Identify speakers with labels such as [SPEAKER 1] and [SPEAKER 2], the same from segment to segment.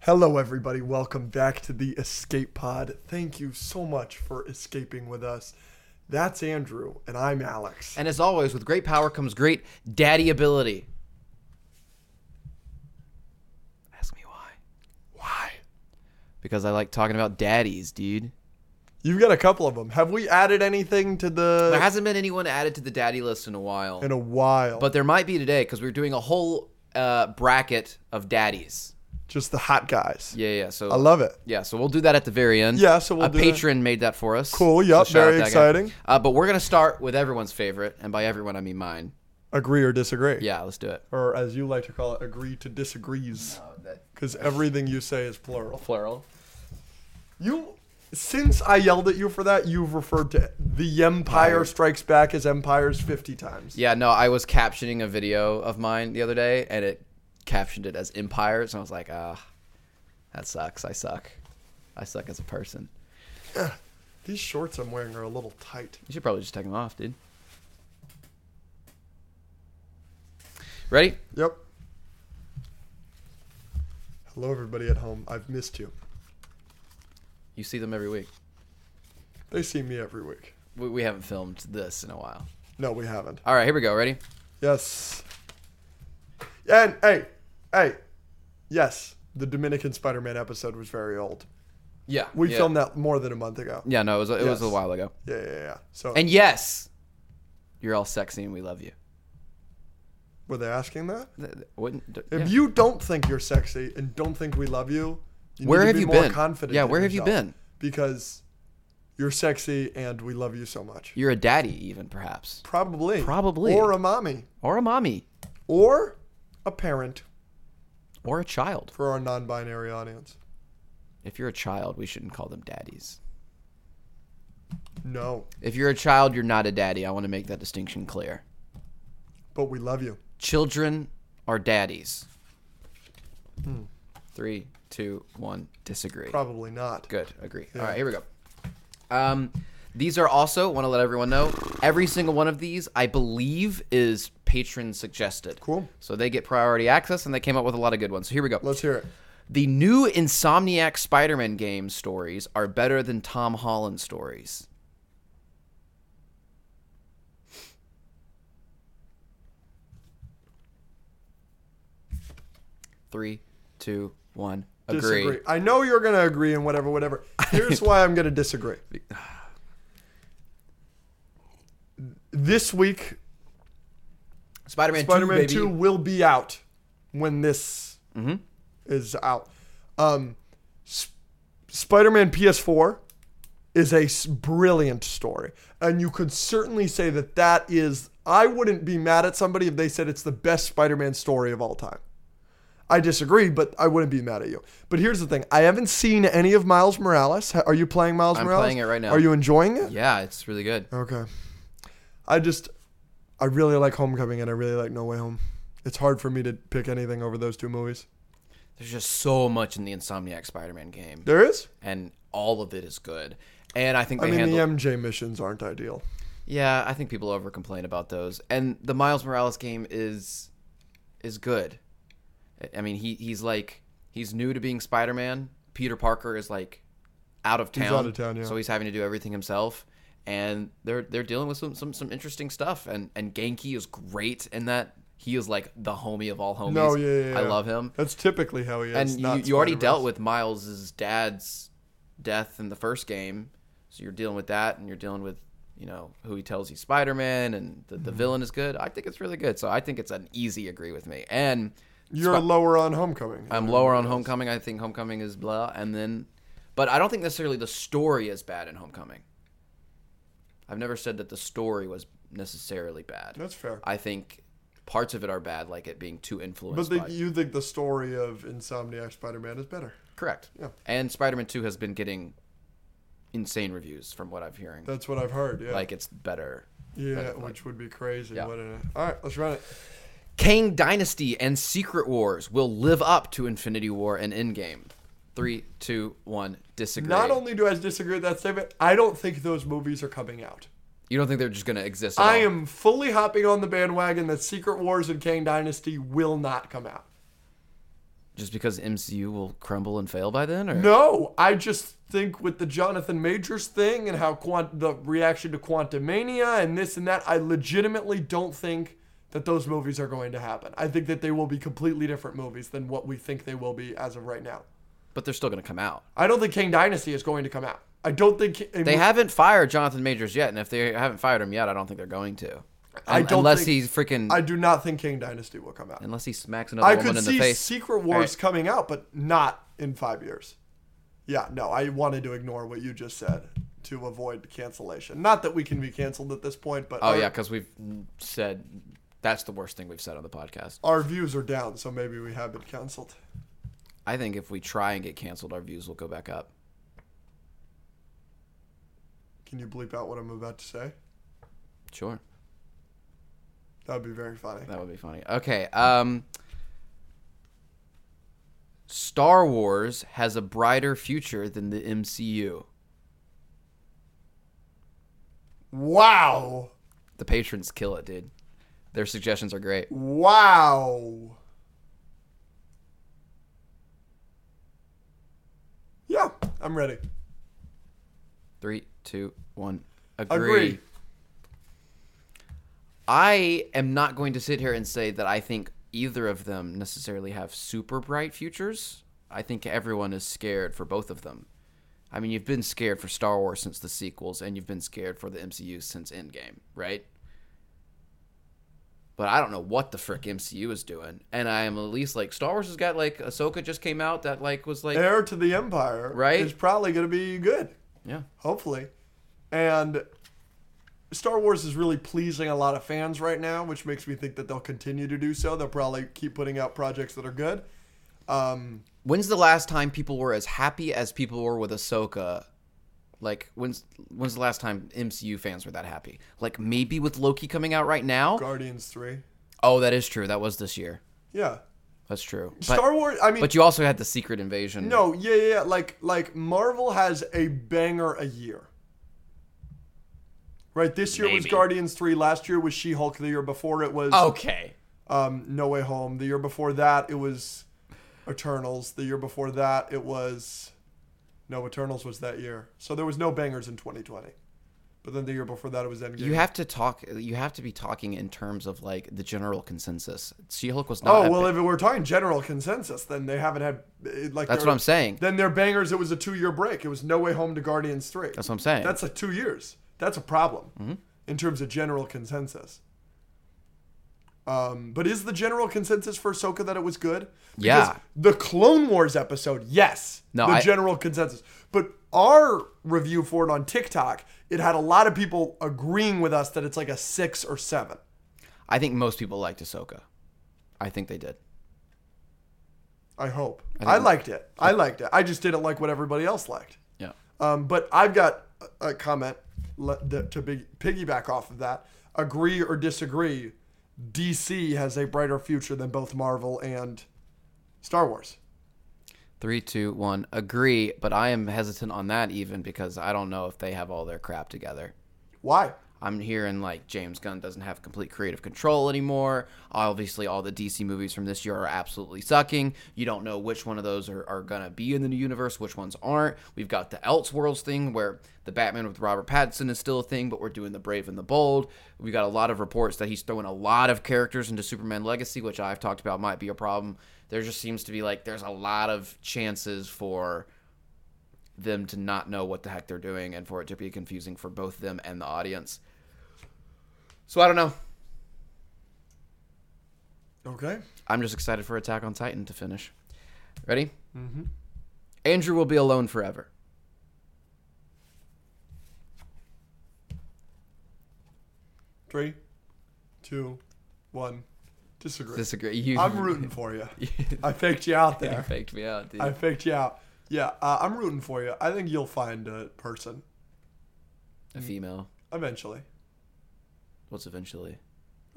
[SPEAKER 1] Hello, everybody. Welcome back to the Escape Pod. Thank you so much for escaping with us. That's Andrew, and I'm Alex.
[SPEAKER 2] And as always, with great power comes great daddy ability. Ask me why.
[SPEAKER 1] Why?
[SPEAKER 2] Because I like talking about daddies, dude.
[SPEAKER 1] You've got a couple of them. Have we added anything to
[SPEAKER 2] There
[SPEAKER 1] the
[SPEAKER 2] hasn't been anyone added to the daddy list in a while,
[SPEAKER 1] in a while?
[SPEAKER 2] but there might be today because we're doing a whole uh, bracket of daddies.
[SPEAKER 1] Just the hot guys.
[SPEAKER 2] Yeah, yeah. So
[SPEAKER 1] I love it.
[SPEAKER 2] Yeah, so we'll do that at the very end.
[SPEAKER 1] Yeah, so we'll
[SPEAKER 2] a
[SPEAKER 1] do that.
[SPEAKER 2] patron made that for us.
[SPEAKER 1] Cool, yup,
[SPEAKER 2] shout out
[SPEAKER 1] very
[SPEAKER 2] that guy.
[SPEAKER 1] exciting.
[SPEAKER 2] Uh, but we're gonna start with everyone's favorite, and by everyone I mean mine.
[SPEAKER 1] Agree or disagree.
[SPEAKER 2] Yeah, let's do it.
[SPEAKER 1] Or as you like to call it, agree to disagrees.
[SPEAKER 2] that-
[SPEAKER 1] Because everything you say is plural.
[SPEAKER 2] Plural.
[SPEAKER 1] You, since I yelled at you for that, you've referred to the Empire Strikes Back as Empires 50 times.
[SPEAKER 2] Yeah, no, I was captioning a video of mine the other day, and it captioned it as empires, and I was like, ah, that sucks. I suck. I suck as a person.
[SPEAKER 1] These shorts I'm wearing are a little tight.
[SPEAKER 2] You should probably just take them off, dude. Ready?
[SPEAKER 1] Yep. Hello, everybody at home. I've missed you.
[SPEAKER 2] You see them every week.
[SPEAKER 1] They see me every week.
[SPEAKER 2] We, we haven't filmed this in a while.
[SPEAKER 1] No, we haven't.
[SPEAKER 2] All right, here we go. Ready?
[SPEAKER 1] Yes. And hey, hey, yes. The Dominican Spider-Man episode was very old.
[SPEAKER 2] Yeah.
[SPEAKER 1] We
[SPEAKER 2] yeah.
[SPEAKER 1] filmed that more than a month ago.
[SPEAKER 2] Yeah, no, it was it was a
[SPEAKER 1] Yes.
[SPEAKER 2] while ago.
[SPEAKER 1] Yeah, yeah, yeah. So
[SPEAKER 2] And yes, you're all sexy, and we love you.
[SPEAKER 1] were they asking that?
[SPEAKER 2] Th- th- Wouldn't? d-
[SPEAKER 1] If
[SPEAKER 2] yeah.
[SPEAKER 1] you don't think you're sexy and don't think we love you, you
[SPEAKER 2] Where
[SPEAKER 1] need to
[SPEAKER 2] have
[SPEAKER 1] be
[SPEAKER 2] you
[SPEAKER 1] more
[SPEAKER 2] been?
[SPEAKER 1] Confident
[SPEAKER 2] Yeah,
[SPEAKER 1] in
[SPEAKER 2] where have you
[SPEAKER 1] yourself
[SPEAKER 2] been?
[SPEAKER 1] Because you're sexy and we love you so much.
[SPEAKER 2] You're a daddy, even perhaps,
[SPEAKER 1] Probably.
[SPEAKER 2] Probably.
[SPEAKER 1] Or a mommy.
[SPEAKER 2] or a mommy,
[SPEAKER 1] Or a parent
[SPEAKER 2] or a child.
[SPEAKER 1] for our non binary audience.
[SPEAKER 2] If you're a child, we shouldn't call them daddies.
[SPEAKER 1] No.
[SPEAKER 2] If you're a child, you're not a daddy. I want to make that distinction clear.
[SPEAKER 1] But we love you.
[SPEAKER 2] Children are daddies.
[SPEAKER 1] Hmm.
[SPEAKER 2] Three, two, one. Disagree.
[SPEAKER 1] Probably not.
[SPEAKER 2] Good. Agree. All right, here we go. Um, these are also want to let everyone know every single one of these I believe is patron suggested.
[SPEAKER 1] Cool.
[SPEAKER 2] So they get priority access, and they came up with a lot of good ones. So here we go.
[SPEAKER 1] Let's hear it.
[SPEAKER 2] the new Insomniac Spider-Man game stories are better than Tom Holland stories. Three, two, one. Agree.
[SPEAKER 1] Disagree. I know you're going to agree and whatever, whatever. Here's why I'm going to disagree. This week,
[SPEAKER 2] Spider-Man,
[SPEAKER 1] Spider
[SPEAKER 2] 2,
[SPEAKER 1] Man
[SPEAKER 2] baby.
[SPEAKER 1] 2
[SPEAKER 2] Mm-hmm.
[SPEAKER 1] will be out when this is out. Um, Spider Man PS4 is a s- brilliant story. And you could certainly say that that is. I wouldn't be mad at somebody if they said it's the best Spider Man story of all time. I disagree, but I wouldn't be mad at you. But here's the thing I haven't seen any of Miles Morales. H- Are you playing Miles
[SPEAKER 2] I'm
[SPEAKER 1] Morales?
[SPEAKER 2] playing it right now.
[SPEAKER 1] Are you enjoying it?
[SPEAKER 2] Yeah, it's really good.
[SPEAKER 1] Okay. I just, I really like Homecoming and I really like No Way Home. It's hard for me to pick anything over those two movies.
[SPEAKER 2] There's just so much in the Insomniac Spider-Man game,
[SPEAKER 1] There is.
[SPEAKER 2] and all of it is good. And I think
[SPEAKER 1] I
[SPEAKER 2] they
[SPEAKER 1] mean,
[SPEAKER 2] handle.
[SPEAKER 1] the MJ missions aren't ideal.
[SPEAKER 2] yeah, I think people over complain about those. And the Miles Morales game is is good. I- I mean, he he's like he's new to being Spider-Man. Peter Parker is like out of town.
[SPEAKER 1] out of town, yeah.
[SPEAKER 2] So he's having to do everything himself. And they're they're dealing with some some, some interesting stuff. And and Genki is great in that. He is like the homie of all homies.
[SPEAKER 1] No, yeah, yeah, yeah.
[SPEAKER 2] I love him.
[SPEAKER 1] That's typically how he is.
[SPEAKER 2] and you,
[SPEAKER 1] not
[SPEAKER 2] you already
[SPEAKER 1] Spider-Verse.
[SPEAKER 2] dealt with Miles's dad's death in the first game, so you're dealing with that, and you're dealing with you know who he tells he's Spider Man, and the, the
[SPEAKER 1] Mm-hmm.
[SPEAKER 2] villain is good. I think it's really good, so I think it's an easy agree with me. And
[SPEAKER 1] You're lower on Homecoming.
[SPEAKER 2] I'm lower
[SPEAKER 1] Mm-hmm.
[SPEAKER 2] on Homecoming. I think Homecoming is blah, and then, but I don't think necessarily the story is bad in Homecoming. I've never said that the story was necessarily bad.
[SPEAKER 1] That's fair.
[SPEAKER 2] I think parts of it are bad, like it being too influenced.
[SPEAKER 1] But the,
[SPEAKER 2] by
[SPEAKER 1] you think the story of Insomniac Spider-Man is better?
[SPEAKER 2] Correct.
[SPEAKER 1] Yeah.
[SPEAKER 2] And Spider-Man 2 has been getting insane reviews from what I'm hearing.
[SPEAKER 1] That's what I've heard. Yeah.
[SPEAKER 2] Like it's better.
[SPEAKER 1] yeah, which would be crazy.
[SPEAKER 2] Yeah.
[SPEAKER 1] wouldn't it? All right, let's run it.
[SPEAKER 2] Kang Dynasty and Secret Wars will live up to Infinity War and Endgame. Three, two, one. Disagree.
[SPEAKER 1] Not only do I disagree with that statement, I don't think those movies are coming out.
[SPEAKER 2] you don't think they're just going to exist? At
[SPEAKER 1] I
[SPEAKER 2] all?
[SPEAKER 1] am fully hopping on the bandwagon that Secret Wars and Kang Dynasty will not come out.
[SPEAKER 2] just because MCU will crumble and fail by then, or
[SPEAKER 1] No, I just think with the Jonathan Majors thing and how quant- the reaction to Quantum Mania and this and that, I legitimately don't think that those movies are going to happen. I think that they will be completely different movies than what we think they will be as of right now.
[SPEAKER 2] but they're still going to come out.
[SPEAKER 1] I don't think King Dynasty is going to come out. I don't think
[SPEAKER 2] They haven't fired Jonathan Majors yet, and if they haven't fired him yet, I don't think they're going to.
[SPEAKER 1] I
[SPEAKER 2] Un-
[SPEAKER 1] don't
[SPEAKER 2] unless
[SPEAKER 1] think-
[SPEAKER 2] he's freaking
[SPEAKER 1] I do not think King Dynasty will come out.
[SPEAKER 2] unless he smacks another
[SPEAKER 1] I
[SPEAKER 2] woman
[SPEAKER 1] could
[SPEAKER 2] in
[SPEAKER 1] see
[SPEAKER 2] the face.
[SPEAKER 1] Secret Wars
[SPEAKER 2] right.
[SPEAKER 1] coming out, but not in five years. Yeah, no, I wanted to ignore what you just said to avoid cancellation. Not that we can be canceled at this point, but
[SPEAKER 2] oh
[SPEAKER 1] our,
[SPEAKER 2] yeah, because we've said that's the worst thing we've said on the podcast.
[SPEAKER 1] our views are down, so maybe we have been canceled.
[SPEAKER 2] I think if we try and get canceled, our views will go back up.
[SPEAKER 1] Can you bleep out what I'm about to say?
[SPEAKER 2] Sure,
[SPEAKER 1] That would be very funny.
[SPEAKER 2] that would be funny. Okay, um, Star Wars has a brighter future than the MCU.
[SPEAKER 1] Wow.
[SPEAKER 2] The patrons kill it, dude. Their suggestions are great.
[SPEAKER 1] Wow. Yeah, I'm ready.
[SPEAKER 2] Three, two, one.
[SPEAKER 1] Agree.
[SPEAKER 2] Agree. I am not going to sit here and say that I think either of them necessarily have super bright futures. I think everyone is scared for both of them. I mean, you've been scared for Star Wars since the sequels, and you've been scared for the MCU since Endgame, right? But I don't know what the frick MCU is doing, and I am at least like Star Wars has got like Ahsoka just came out that like was like
[SPEAKER 1] Heir to the Empire
[SPEAKER 2] Right?
[SPEAKER 1] is probably going to be good.
[SPEAKER 2] yeah
[SPEAKER 1] hopefully. And Star Wars is really pleasing a lot of fans right now, which makes me think that they'll continue to do so. They'll probably keep putting out projects that are good. Um,
[SPEAKER 2] When's the last time people were as happy as people were with Ahsoka? Like when's when's the last time MCU fans were that happy? Like maybe with Loki coming out right now.
[SPEAKER 1] Guardians three,
[SPEAKER 2] Oh, that is true. That was this year.
[SPEAKER 1] yeah.
[SPEAKER 2] That's true. But,
[SPEAKER 1] Star Wars. I mean,
[SPEAKER 2] but you also had the Secret Invasion.
[SPEAKER 1] no, yeah, yeah, yeah. Like, like Marvel has a banger a year. Right, this year was
[SPEAKER 2] Maybe. Oh,
[SPEAKER 1] Guardians three. Last year was She Hulk. The year before it was
[SPEAKER 2] Okay.
[SPEAKER 1] um, No Way Home. The year before that, it was Eternals. The year before that, it was no Eternals was that year. So there was no bangers in 2020. But then the year before that, it was Endgame.
[SPEAKER 2] You have to talk. You have to be talking in terms of like the general consensus. She Hulk was not.
[SPEAKER 1] oh
[SPEAKER 2] that
[SPEAKER 1] well,
[SPEAKER 2] big.
[SPEAKER 1] if we're talking general consensus, then they haven't had it- like
[SPEAKER 2] that's
[SPEAKER 1] their-
[SPEAKER 2] what I'm saying.
[SPEAKER 1] Then their bangers. It was a two year break. It was No Way Home to Guardians three.
[SPEAKER 2] That's what I'm saying.
[SPEAKER 1] That's like two years. That's a problem
[SPEAKER 2] Mm-hmm.
[SPEAKER 1] in terms of general consensus. Um, but is the general consensus for Ahsoka that it was good?
[SPEAKER 2] Yeah.
[SPEAKER 1] The Clone Wars episode, yes.
[SPEAKER 2] No,
[SPEAKER 1] The
[SPEAKER 2] I-
[SPEAKER 1] general consensus. But our review for it on TikTok, it had a lot of people agreeing with us that it's like a six or seven.
[SPEAKER 2] I think most people liked Ahsoka. I think they did.
[SPEAKER 1] I hope. I, liked it. I liked it. I just didn't like what everybody else liked.
[SPEAKER 2] Yeah.
[SPEAKER 1] Um, but I've got a a comment le- that- to big, piggyback off of that. Agree or disagree, DC has a brighter future than both Marvel and Star Wars.
[SPEAKER 2] Three, two, one. Agree, but I am hesitant on that even because I don't know if they have all their crap together.
[SPEAKER 1] Why?
[SPEAKER 2] I'm hearing like James Gunn doesn't have complete creative control anymore. Obviously, all the DC movies from this year are absolutely sucking. You don't know which one of those are, are going to be in the new universe, which ones aren't. We've got the Elseworlds thing where the Batman with Robert Pattinson is still a thing, but we're doing the Brave and the Bold. We got a lot of reports that he's throwing a lot of characters into Superman Legacy, which I've talked about might be a problem. There just seems to be like there's a lot of chances for them to not know what the heck they're doing and for it to be confusing for both them and the audience. So I don't know.
[SPEAKER 1] Okay.
[SPEAKER 2] I'm just excited for Attack on Titan to finish. Ready? Mm-hmm. Andrew will be alone forever.
[SPEAKER 1] Three, two, one. Disagree.
[SPEAKER 2] Disagree. You,
[SPEAKER 1] I'm rooting for you. I faked you out there.
[SPEAKER 2] faked me out, dude.
[SPEAKER 1] I faked you out. Yeah, uh, I'm rooting for you. I think you'll find a person
[SPEAKER 2] a female.
[SPEAKER 1] eventually.
[SPEAKER 2] What's eventually?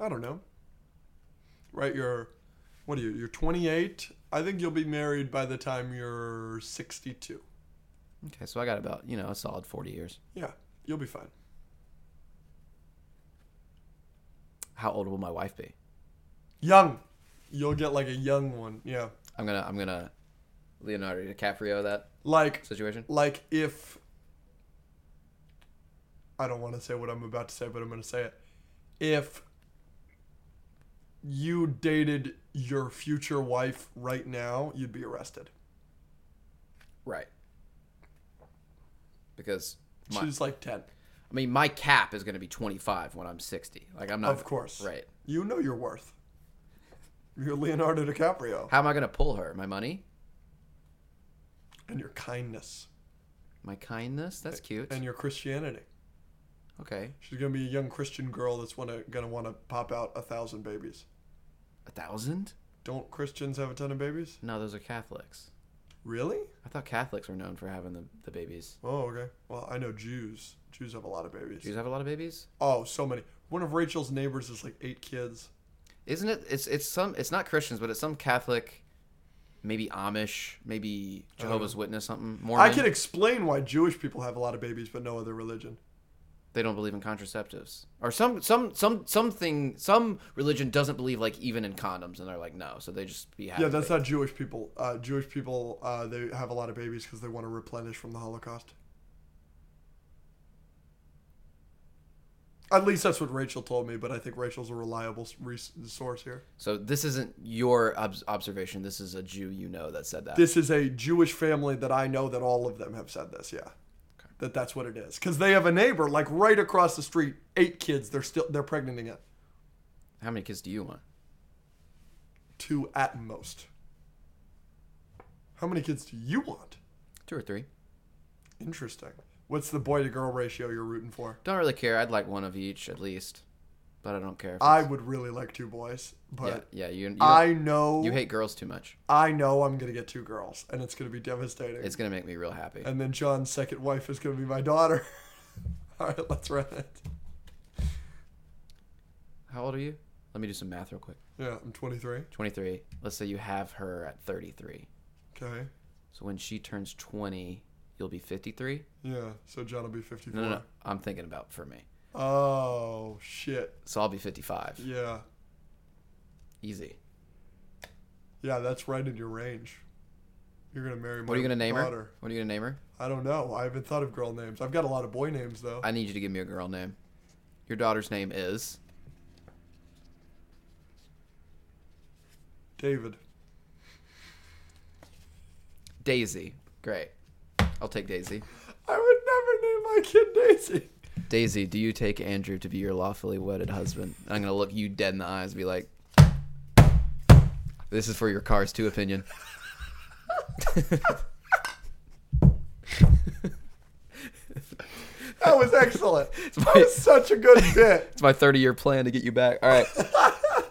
[SPEAKER 1] I don't know. Right, you're what are you? You're 28. I think you'll be married by the time you're 62.
[SPEAKER 2] Okay, so I got about, you know, a solid 40 years.
[SPEAKER 1] Yeah, you'll be fine.
[SPEAKER 2] How old will my wife be?
[SPEAKER 1] Young. You'll get like a young one. Yeah.
[SPEAKER 2] I'm gonna I'm gonna Leonardo DiCaprio that
[SPEAKER 1] Like
[SPEAKER 2] situation.
[SPEAKER 1] like if I don't want to say what I'm about to say, but I'm going to say it. If you dated your future wife right now, you'd be arrested.
[SPEAKER 2] Right. Because My-
[SPEAKER 1] She's like 10.
[SPEAKER 2] I mean, my cap is going to be 25 when I'm 60. Like I'm not
[SPEAKER 1] Of course.
[SPEAKER 2] right.
[SPEAKER 1] You know your worth. You're Leonardo DiCaprio
[SPEAKER 2] How am I going to pull her? My money,
[SPEAKER 1] and your kindness
[SPEAKER 2] my kindness. That's cute.
[SPEAKER 1] and your Christianity.
[SPEAKER 2] Okay,
[SPEAKER 1] She's going to be a young Christian girl that's wanna, going to want to pop out a thousand babies.
[SPEAKER 2] a thousand?
[SPEAKER 1] Don't Christians have a ton of babies?
[SPEAKER 2] No, those are Catholics.
[SPEAKER 1] Really?
[SPEAKER 2] I thought Catholics were known for having the, the babies.
[SPEAKER 1] Oh, okay. Well, I know Jews. Jews have a lot of babies.
[SPEAKER 2] Jews have a lot of babies.
[SPEAKER 1] Oh, so many. One of Rachel's neighbors is like eight kids.
[SPEAKER 2] Isn't it? It's it's some. It's not Christians, but it's some Catholic, maybe Amish, maybe Jehovah's Witness, something. Mormon.
[SPEAKER 1] Oh. I can explain why Jewish people have a lot of babies, but no other religion.
[SPEAKER 2] They don't believe in contraceptives, or some some some something. Some religion doesn't believe like even in condoms, and they're like no, so they just be happy.
[SPEAKER 1] Yeah, that's not Jewish people. Uh, Jewish people, uh, they have a lot of babies because they want to replenish from the Holocaust. At least that's what Rachel told me, but I think Rachel's a reliable s- res- source here.
[SPEAKER 2] So this isn't your ob- observation. This is a Jew you know that said that.
[SPEAKER 1] This is a Jewish family that I know that all of them have said this, yeah. That that's what it is. Because they have a neighbor, like right across the street, eight kids, they're still, they're pregnant again.
[SPEAKER 2] How many kids do you want?
[SPEAKER 1] two at most. How many kids do you want?
[SPEAKER 2] Two or three?
[SPEAKER 1] Interesting. What's the boy to girl ratio you're rooting for?
[SPEAKER 2] Don't really care. I'd like one of each at least, but I don't care. if
[SPEAKER 1] I
[SPEAKER 2] it's-
[SPEAKER 1] would really like two boys,
[SPEAKER 2] yeah,
[SPEAKER 1] but
[SPEAKER 2] yeah. You you,
[SPEAKER 1] I
[SPEAKER 2] don't-
[SPEAKER 1] know
[SPEAKER 2] you hate girls too much.
[SPEAKER 1] I know I'm gonna get two girls, and it's gonna be devastating.
[SPEAKER 2] It's gonna make me real happy.
[SPEAKER 1] and then John's second wife is gonna be my daughter. All right, let's run it.
[SPEAKER 2] How old are you? Let me do some math real quick.
[SPEAKER 1] Yeah, I'm 23.
[SPEAKER 2] Twenty three. Let's say you have her at thirty three.
[SPEAKER 1] Okay.
[SPEAKER 2] So when she turns twenty, you'll be fifty three.
[SPEAKER 1] Yeah. So John will be 54.
[SPEAKER 2] No, no, no. I'm thinking about for me.
[SPEAKER 1] Oh shit.
[SPEAKER 2] So I'll be fifty five.
[SPEAKER 1] Yeah.
[SPEAKER 2] Easy.
[SPEAKER 1] Yeah, that's right in your range. You're gonna marry my
[SPEAKER 2] What are you gonna name
[SPEAKER 1] daughter.
[SPEAKER 2] her? What are you gonna name her?
[SPEAKER 1] I don't know. I haven't thought of girl names. I've got a lot of boy names though.
[SPEAKER 2] I need you to give me a girl name. Your daughter's name is.
[SPEAKER 1] David.
[SPEAKER 2] Daisy. Great. I'll take Daisy.
[SPEAKER 1] I would never name my kid Daisy.
[SPEAKER 2] Daisy, do you take Andrew to be your lawfully wedded husband? And I'm going to look you dead in the eyes and be like, this is for your Cars 2 opinion.
[SPEAKER 1] That was excellent. that
[SPEAKER 2] my-
[SPEAKER 1] was such a good bit.
[SPEAKER 2] It's my 30 year plan to get you back. All right.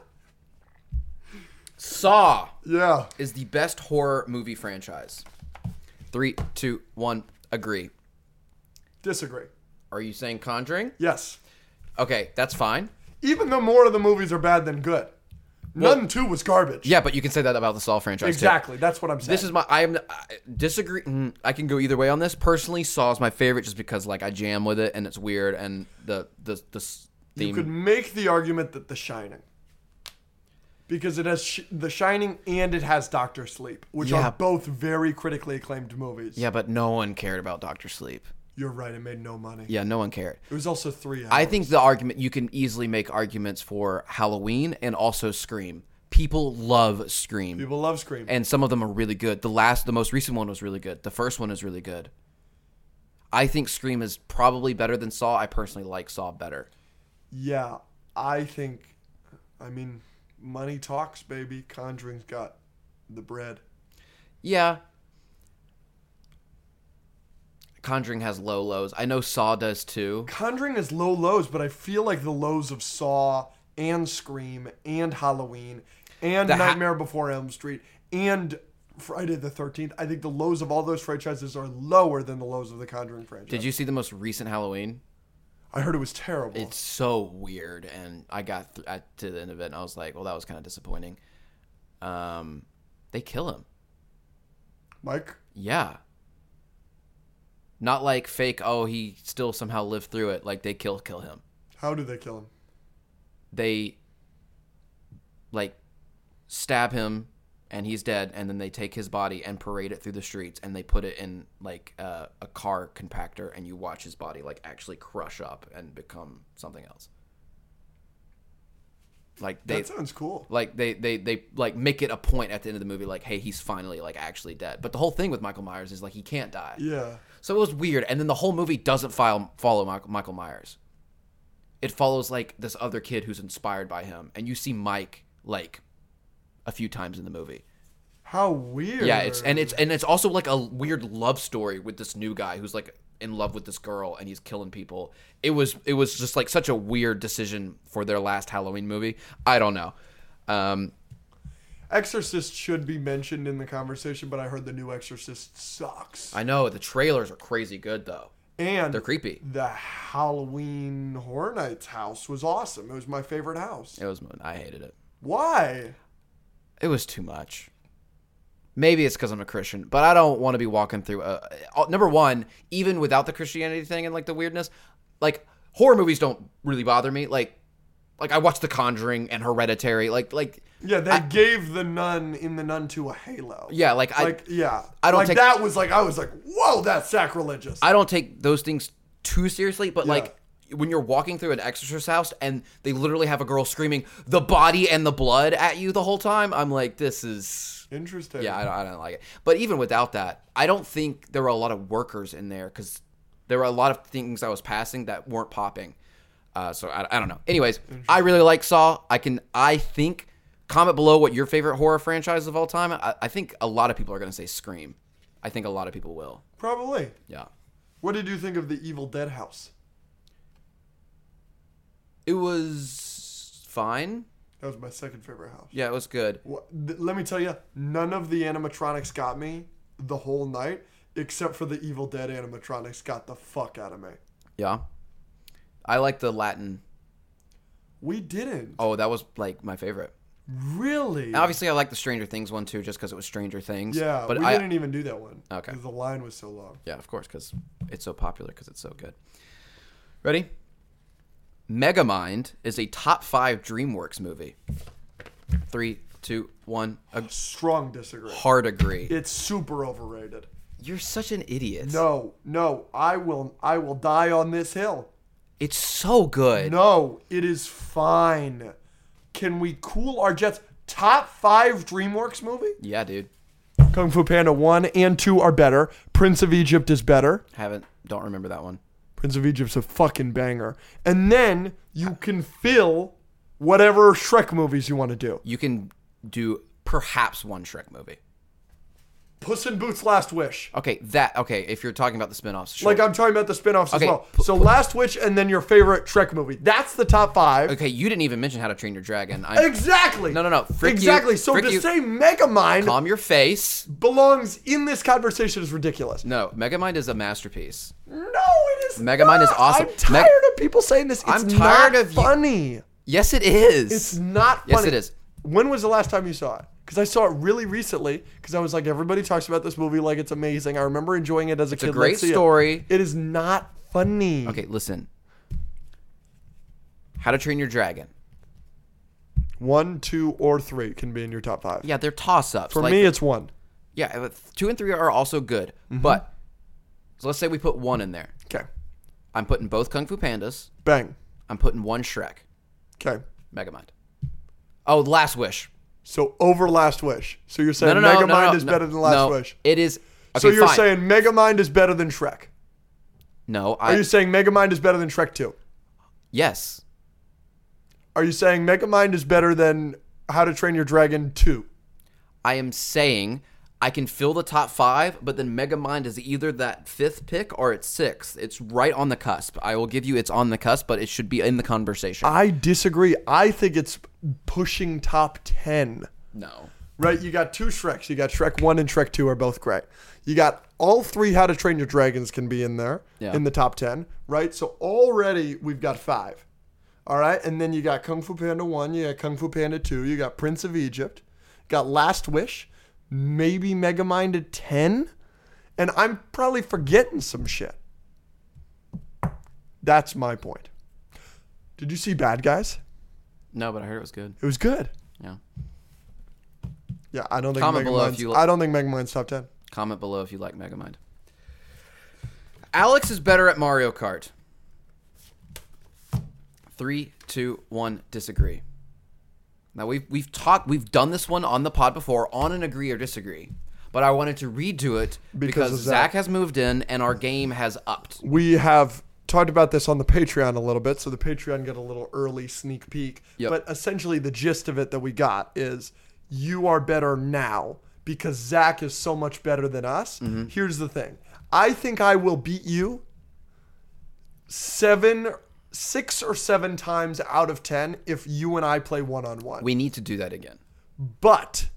[SPEAKER 2] Saw
[SPEAKER 1] Yeah.
[SPEAKER 2] is the best horror movie franchise. Three, two, one, agree.
[SPEAKER 1] Disagree.
[SPEAKER 2] Are you saying Conjuring?
[SPEAKER 1] Yes.
[SPEAKER 2] Okay, that's fine.
[SPEAKER 1] Even though more of the movies are bad than good. None two was garbage.
[SPEAKER 2] Yeah, but you can say that about the Saw franchise. too.
[SPEAKER 1] Exactly. That's what I'm saying.
[SPEAKER 2] This is my. I am I disagree. mm, I can go either way on this. Personally, Saw is my favorite just because like I jam with it and it's weird and the the the s-
[SPEAKER 1] you could
[SPEAKER 2] theme.
[SPEAKER 1] make the argument that The Shining. Because it has sh- The Shining and it has Doctor Sleep, which
[SPEAKER 2] Yeah.
[SPEAKER 1] are both very critically acclaimed movies.
[SPEAKER 2] Yeah, but no one cared about Doctor Sleep.
[SPEAKER 1] You're right. It made no money.
[SPEAKER 2] Yeah, no one cared.
[SPEAKER 1] It was also three hours.
[SPEAKER 2] I think the argument you can easily make arguments for Halloween and also Scream. People love Scream,
[SPEAKER 1] People love Scream.
[SPEAKER 2] and some of them are really good. The last, the most recent one was really good. The first one is really good. I think Scream is probably better than Saw. I personally like Saw better.
[SPEAKER 1] Yeah, I think. I mean, money talks, baby. Conjuring's got the bread.
[SPEAKER 2] Yeah. Conjuring has low lows. I know Saw does too.
[SPEAKER 1] Conjuring is low lows, but I feel like the lows of Saw and Scream and Halloween and
[SPEAKER 2] The ha-
[SPEAKER 1] Nightmare Before Elm Street and Friday the Thirteenth. I think the lows of all those franchises are lower than the lows of the Conjuring franchise.
[SPEAKER 2] Did you see the most recent Halloween?
[SPEAKER 1] I heard it was terrible.
[SPEAKER 2] It's so weird, and I got th- at, to the end of it, and I was like, "Well, that was kind of disappointing." Um, they kill him.
[SPEAKER 1] Mike,
[SPEAKER 2] Yeah. Not like fake. Oh, he still somehow lived through it. Like they kill kill him.
[SPEAKER 1] how did they kill him?
[SPEAKER 2] They like stab him and he's dead and then they take his body and parade it through the streets and they put it in like uh, a car compactor and you watch his body like actually crush up and become something else like they
[SPEAKER 1] that sounds cool.
[SPEAKER 2] like they, they they like make it a point at the end of the movie like hey he's finally like actually dead but the whole thing with michael myers is like he can't die
[SPEAKER 1] Yeah.
[SPEAKER 2] so it was weird and then the whole movie doesn't file, follow Michael, michael myers it follows like this other kid who's inspired by him and you see mike like a few times in the movie
[SPEAKER 1] How weird.
[SPEAKER 2] yeah, it's and it's and it's also like a weird love story with this new guy who's like in love with this girl and he's killing people. It was it was just like such a weird decision for their last Halloween movie. I don't know. Um,
[SPEAKER 1] Exorcist should be mentioned in the conversation, but I heard the new Exorcist sucks.
[SPEAKER 2] I know the trailers are crazy good though.
[SPEAKER 1] and
[SPEAKER 2] They're creepy.
[SPEAKER 1] the Halloween Horror Nights house was awesome. It was my favorite house.
[SPEAKER 2] It was I hated it.
[SPEAKER 1] Why?
[SPEAKER 2] It was too much. Maybe it's because I'm a Christian, but I don't want to be walking through. A, uh, number one, even without the Christianity thing and like the weirdness, like horror movies don't really bother me. Like, like I watched The Conjuring and Hereditary. Like, like
[SPEAKER 1] Yeah, they gave the nun in the nun to a halo.
[SPEAKER 2] yeah, like I
[SPEAKER 1] Like yeah.
[SPEAKER 2] I don't
[SPEAKER 1] like
[SPEAKER 2] take-
[SPEAKER 1] that was like I was like, whoa, that's sacrilegious.
[SPEAKER 2] I don't take those things too seriously, but
[SPEAKER 1] Yeah.
[SPEAKER 2] like when you're walking through an exorcist house and they literally have a girl screaming the body and the blood at you the whole time, I'm like, this is
[SPEAKER 1] Interesting.
[SPEAKER 2] yeah, I don't, I don't like it. But even without that, I don't think there were a lot of workers in there because there were a lot of things I was passing that weren't popping. Uh, so I, I don't know. Anyways, I really like Saw. I can I think comment below what your favorite horror franchise of all time. I, I think a lot of people are gonna say Scream. I think a lot of people will.
[SPEAKER 1] Probably.
[SPEAKER 2] Yeah.
[SPEAKER 1] What did you think of the Evil Dead house?
[SPEAKER 2] It was fine.
[SPEAKER 1] That was my second favorite house.
[SPEAKER 2] Yeah, it was good.
[SPEAKER 1] What, th- let me tell you, none of the animatronics got me the whole night, except for the Evil Dead animatronics got the fuck out of me.
[SPEAKER 2] Yeah. I like the Latin.
[SPEAKER 1] We didn't.
[SPEAKER 2] Oh, that was like my favorite.
[SPEAKER 1] Really?
[SPEAKER 2] Obviously, I like the Stranger Things one too, just because it was Stranger Things.
[SPEAKER 1] yeah,
[SPEAKER 2] but
[SPEAKER 1] we
[SPEAKER 2] I
[SPEAKER 1] didn't even do that one.
[SPEAKER 2] Okay.
[SPEAKER 1] 'cause the line was so long.
[SPEAKER 2] yeah, of course, because it's so popular because it's so good. Ready? Megamind is a top five DreamWorks movie. Three, two, one. A
[SPEAKER 1] Strong disagree.
[SPEAKER 2] hard agree.
[SPEAKER 1] It's super overrated.
[SPEAKER 2] You're such an idiot.
[SPEAKER 1] No, no, I will, I will die on this hill.
[SPEAKER 2] It's so good.
[SPEAKER 1] No, it is fine. Can we cool our jets? Top five DreamWorks movie?
[SPEAKER 2] Yeah, dude.
[SPEAKER 1] Kung Fu Panda 1 and 2 are better. Prince of Egypt is better.
[SPEAKER 2] Haven't. Don't remember that one.
[SPEAKER 1] Prince of Egypt's a fucking banger. And then you can fill whatever Shrek movies you want to do.
[SPEAKER 2] You can do perhaps one Shrek movie.
[SPEAKER 1] Puss in Boots Last Wish.
[SPEAKER 2] Okay, that okay. If you're talking about the spin-offs, sure.
[SPEAKER 1] Like I'm talking about the spin-offs
[SPEAKER 2] Okay,
[SPEAKER 1] as well.
[SPEAKER 2] pu-
[SPEAKER 1] So Last Wish and then your favorite Shrek movie. That's the top 5.
[SPEAKER 2] okay, you didn't even mention How to Train Your Dragon. I
[SPEAKER 1] Exactly.
[SPEAKER 2] No, no, no. Frick you.
[SPEAKER 1] exactly. so
[SPEAKER 2] Frick
[SPEAKER 1] to
[SPEAKER 2] you.
[SPEAKER 1] say Megamind
[SPEAKER 2] calm your face.
[SPEAKER 1] belongs in this conversation is ridiculous.
[SPEAKER 2] No, Megamind is a masterpiece.
[SPEAKER 1] No, it is
[SPEAKER 2] Megamind
[SPEAKER 1] not.
[SPEAKER 2] is awesome.
[SPEAKER 1] I'm
[SPEAKER 2] Meg-
[SPEAKER 1] tired of people saying this. It's
[SPEAKER 2] I'm tired
[SPEAKER 1] not
[SPEAKER 2] of you-
[SPEAKER 1] funny.
[SPEAKER 2] Yes, it is.
[SPEAKER 1] It's not funny.
[SPEAKER 2] Yes, it is.
[SPEAKER 1] When was the last time you saw it? Because I saw it really recently. Because I was like, everybody talks about this movie like it's amazing. I remember enjoying it as a kid.
[SPEAKER 2] a great
[SPEAKER 1] Let's see it.
[SPEAKER 2] story.
[SPEAKER 1] It is not funny.
[SPEAKER 2] okay, listen. How to Train Your Dragon.
[SPEAKER 1] One, two, or three can be in your top five.
[SPEAKER 2] Yeah, they're toss-ups.
[SPEAKER 1] For
[SPEAKER 2] like,
[SPEAKER 1] me, Mm-hmm. it's one.
[SPEAKER 2] yeah, but two and three are also good. But so let's say we put one in there.
[SPEAKER 1] Okay.
[SPEAKER 2] I'm putting both Kung Fu Pandas.
[SPEAKER 1] Bang.
[SPEAKER 2] I'm putting one Shrek.
[SPEAKER 1] Okay.
[SPEAKER 2] Megamind. Oh, Last Wish.
[SPEAKER 1] So over Last Wish. So you're saying
[SPEAKER 2] No, no, no,
[SPEAKER 1] Megamind
[SPEAKER 2] no, no,
[SPEAKER 1] is
[SPEAKER 2] no,
[SPEAKER 1] better than Last
[SPEAKER 2] no,
[SPEAKER 1] Wish.
[SPEAKER 2] It is.
[SPEAKER 1] so
[SPEAKER 2] okay,
[SPEAKER 1] you're
[SPEAKER 2] fine.
[SPEAKER 1] saying Megamind is better than Shrek.
[SPEAKER 2] no?
[SPEAKER 1] Are
[SPEAKER 2] I
[SPEAKER 1] you saying Megamind is better than Shrek 2?
[SPEAKER 2] yes.
[SPEAKER 1] Are you saying Megamind is better than How to Train Your Dragon 2?
[SPEAKER 2] I am saying I can fill the top five, but then Megamind is either that fifth pick or it's sixth. It's right on the cusp. I will give you it's on the cusp, but it should be in the conversation.
[SPEAKER 1] I disagree. I think it's pushing top 10.
[SPEAKER 2] no.
[SPEAKER 1] Right? You got two Shreks. You got Shrek 1 and Shrek 2 are both great. You got all three How to Train Your Dragons can be in there
[SPEAKER 2] Yeah.
[SPEAKER 1] in the top 10, right? So already we've got five. All right. And then you got Kung Fu Panda 1, you got Kung Fu Panda 2, you got Prince of Egypt, got Last Wish, maybe Megamind at 10. And I'm probably forgetting some shit. That's my point. Did you see Bad Guys?
[SPEAKER 2] No, but I heard it was good.
[SPEAKER 1] It was good.
[SPEAKER 2] Yeah.
[SPEAKER 1] Yeah, I don't think
[SPEAKER 2] Comment
[SPEAKER 1] Mega
[SPEAKER 2] below if
[SPEAKER 1] Mind's,
[SPEAKER 2] you li-
[SPEAKER 1] I don't think Mega Mind's top ten.
[SPEAKER 2] Comment below if you like Megamind. Alex is better at Mario Kart. Three, two, one, disagree. Now we've we've talked we've done this one on the pod before on an agree or disagree. But I wanted to redo it because,
[SPEAKER 1] Because of
[SPEAKER 2] Zach
[SPEAKER 1] Zach.
[SPEAKER 2] has moved in and our game has upped.
[SPEAKER 1] We have talked about this on the Patreon a little bit, so the Patreon got a little early sneak peek.
[SPEAKER 2] Yep.
[SPEAKER 1] But essentially, the gist of it that we got is you are better now because Zach is so much better than us.
[SPEAKER 2] Mm-hmm.
[SPEAKER 1] Here's the thing I think I will beat you seven, six or seven times out of 10 if you and I play one on one.
[SPEAKER 2] We need to do that again.
[SPEAKER 1] But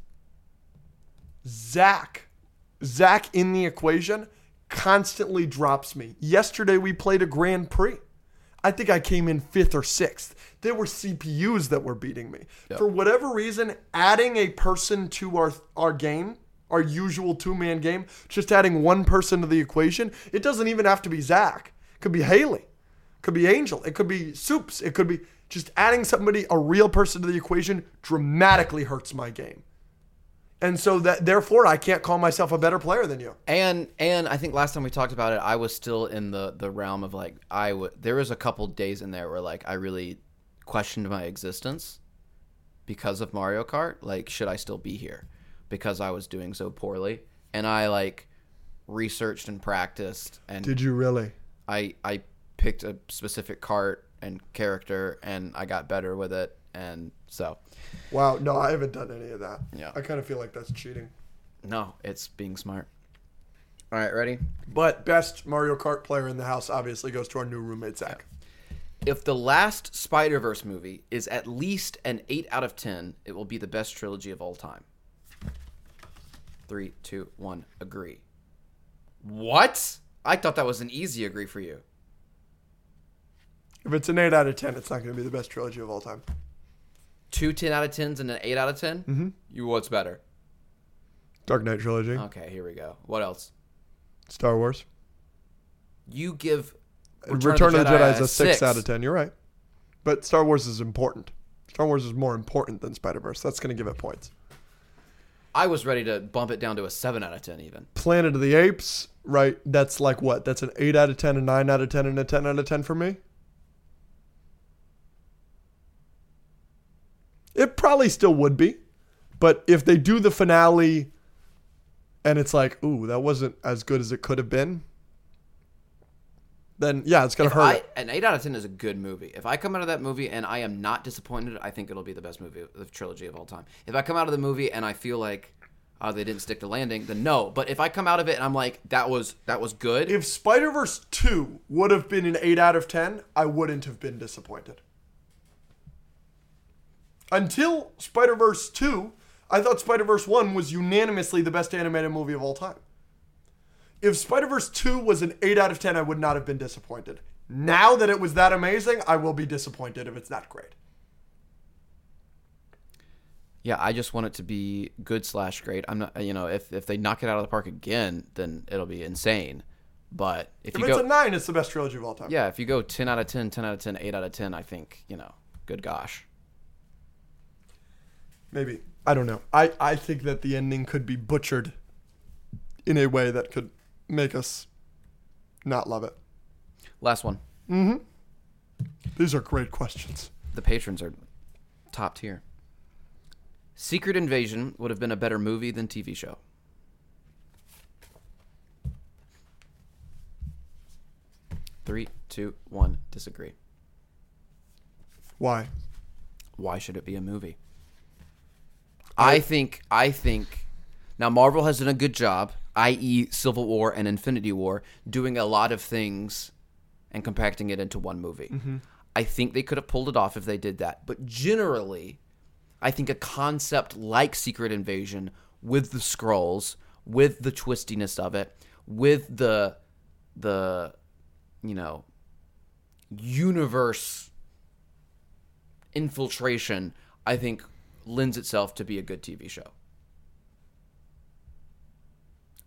[SPEAKER 1] Zach, Zach in the equation constantly drops me. Yesterday we played a Grand Prix. I think I came in fifth or sixth. There were CPUs that were beating me. For whatever reason, adding a person to our our game, our usual two man game, just adding one person to the equation, it doesn't even have to be Zach. It could be Haley. It could be Angel. It could be Soups. It could be just adding somebody, a real person to the equation, dramatically hurts my game. And so that therefore I can't call myself a better player than you.
[SPEAKER 2] And and I think last time we talked about it, I was still in the the realm of like I w- there was a couple days in there where like I really questioned my existence because of Mario Kart. Like, should I still be here? Because I was doing so poorly, and I like researched and practiced, and
[SPEAKER 1] Did you really?
[SPEAKER 2] I I picked a specific cart and character, and I got better with it, and so
[SPEAKER 1] Wow, no, I haven't done any of that.
[SPEAKER 2] Yeah.
[SPEAKER 1] I kind of feel like that's cheating.
[SPEAKER 2] no, it's being smart. All right, ready?
[SPEAKER 1] But best Mario Kart player in the house obviously goes to our new roommate Zach.
[SPEAKER 2] If the last Spider Verse movie is at least an 8 out of 10, it will be the best trilogy of all time. Three, two, one, agree. What? I thought that was an easy agree for you.
[SPEAKER 1] If it's an 8 out of 10, it's not going to be the best trilogy of all time.
[SPEAKER 2] Two 10 out of 10s and an 8 out of 10? Mm-hmm. You what's better?
[SPEAKER 1] Dark Knight trilogy,
[SPEAKER 2] Okay, here we go. What else?
[SPEAKER 1] Star Wars.
[SPEAKER 2] You give
[SPEAKER 1] Return, of the Jedi, is a 6, out of 10. You're right. But Star Wars is important. Star Wars is more important than Spider-Verse. That's going to give it points.
[SPEAKER 2] I was ready to bump it down to a 7 out of 10 even.
[SPEAKER 1] Planet of the Apes, right? That's like what? That's an 8 out of 10, a 9 out of 10, and a 10 out of 10 for me. It probably still would be. But if they do the finale and it's like, ooh, that wasn't as good as it could have been, then yeah, it's going to hurt.
[SPEAKER 2] I,
[SPEAKER 1] it.
[SPEAKER 2] an 8 out of 10 is a good movie. If I come out of that movie and I am not disappointed, I think it'll be the best movie of the trilogy of all time. If I come out of the movie and I feel like uh, they didn't stick to landing, then no. But if I come out of it and I'm like, that was that was good,
[SPEAKER 1] If Spider-Verse 2 would have been an 8 out of 10, I wouldn't have been disappointed. Until Spider-Verse 2, I thought Spider-Verse 1 was unanimously the best animated movie of all time. If Spider-Verse 2 was an 8 out of 10, I would not have been disappointed. Now that it was that amazing, I will be disappointed if it's not great.
[SPEAKER 2] yeah, I just want it to be good slash great. I'm not, you know, if if they knock it out of the park again, then it'll be insane. But if,
[SPEAKER 1] If
[SPEAKER 2] you
[SPEAKER 1] it's
[SPEAKER 2] go,
[SPEAKER 1] a 9, it's the best trilogy of all time.
[SPEAKER 2] yeah, if you go 10 out of 10, 10 out of 10, 8 out of 10, I think you know, good gosh.
[SPEAKER 1] Maybe. I don't know. I, I think that the ending could be butchered in a way that could make us not love it.
[SPEAKER 2] Last one,
[SPEAKER 1] These are great questions.
[SPEAKER 2] the patrons are top tier. Secret Invasion would have been a better movie than TV show. Three, two, one, disagree.
[SPEAKER 1] Why?
[SPEAKER 2] Why should it be a movie? I think I think now Marvel has done a good job, i.e. Civil War and Infinity War, doing a lot of things and compacting it into one movie. I think they could have pulled it off if they did that. But generally, I think a concept like Secret Invasion with the scrolls, with the twistiness of it, with the the you know universe infiltration, I think lends itself to be a good TV show.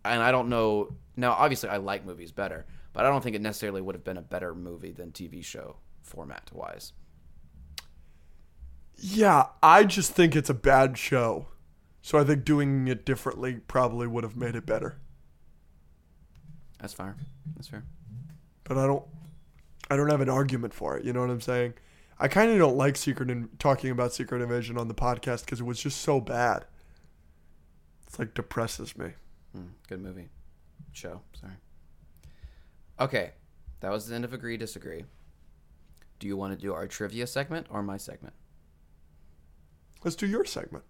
[SPEAKER 2] And I don't know now obviously I like movies better, but I don't think it necessarily would have been a better movie than TV show format wise.
[SPEAKER 1] Yeah, I just think it's a bad show So I think doing it differently probably would have made it better.
[SPEAKER 2] That's fair. That's fair.
[SPEAKER 1] But I don't I don't have an argument for it, you know what I'm saying? I kind of don't like Secret in, talking about Secret Invasion on the podcast cuz it was just so bad. It's like depresses me.
[SPEAKER 2] Mm, good movie. Show. Sorry. Okay. That was the end of Agree Disagree. Do you want to do our trivia segment or my segment?
[SPEAKER 1] Let's do your segment.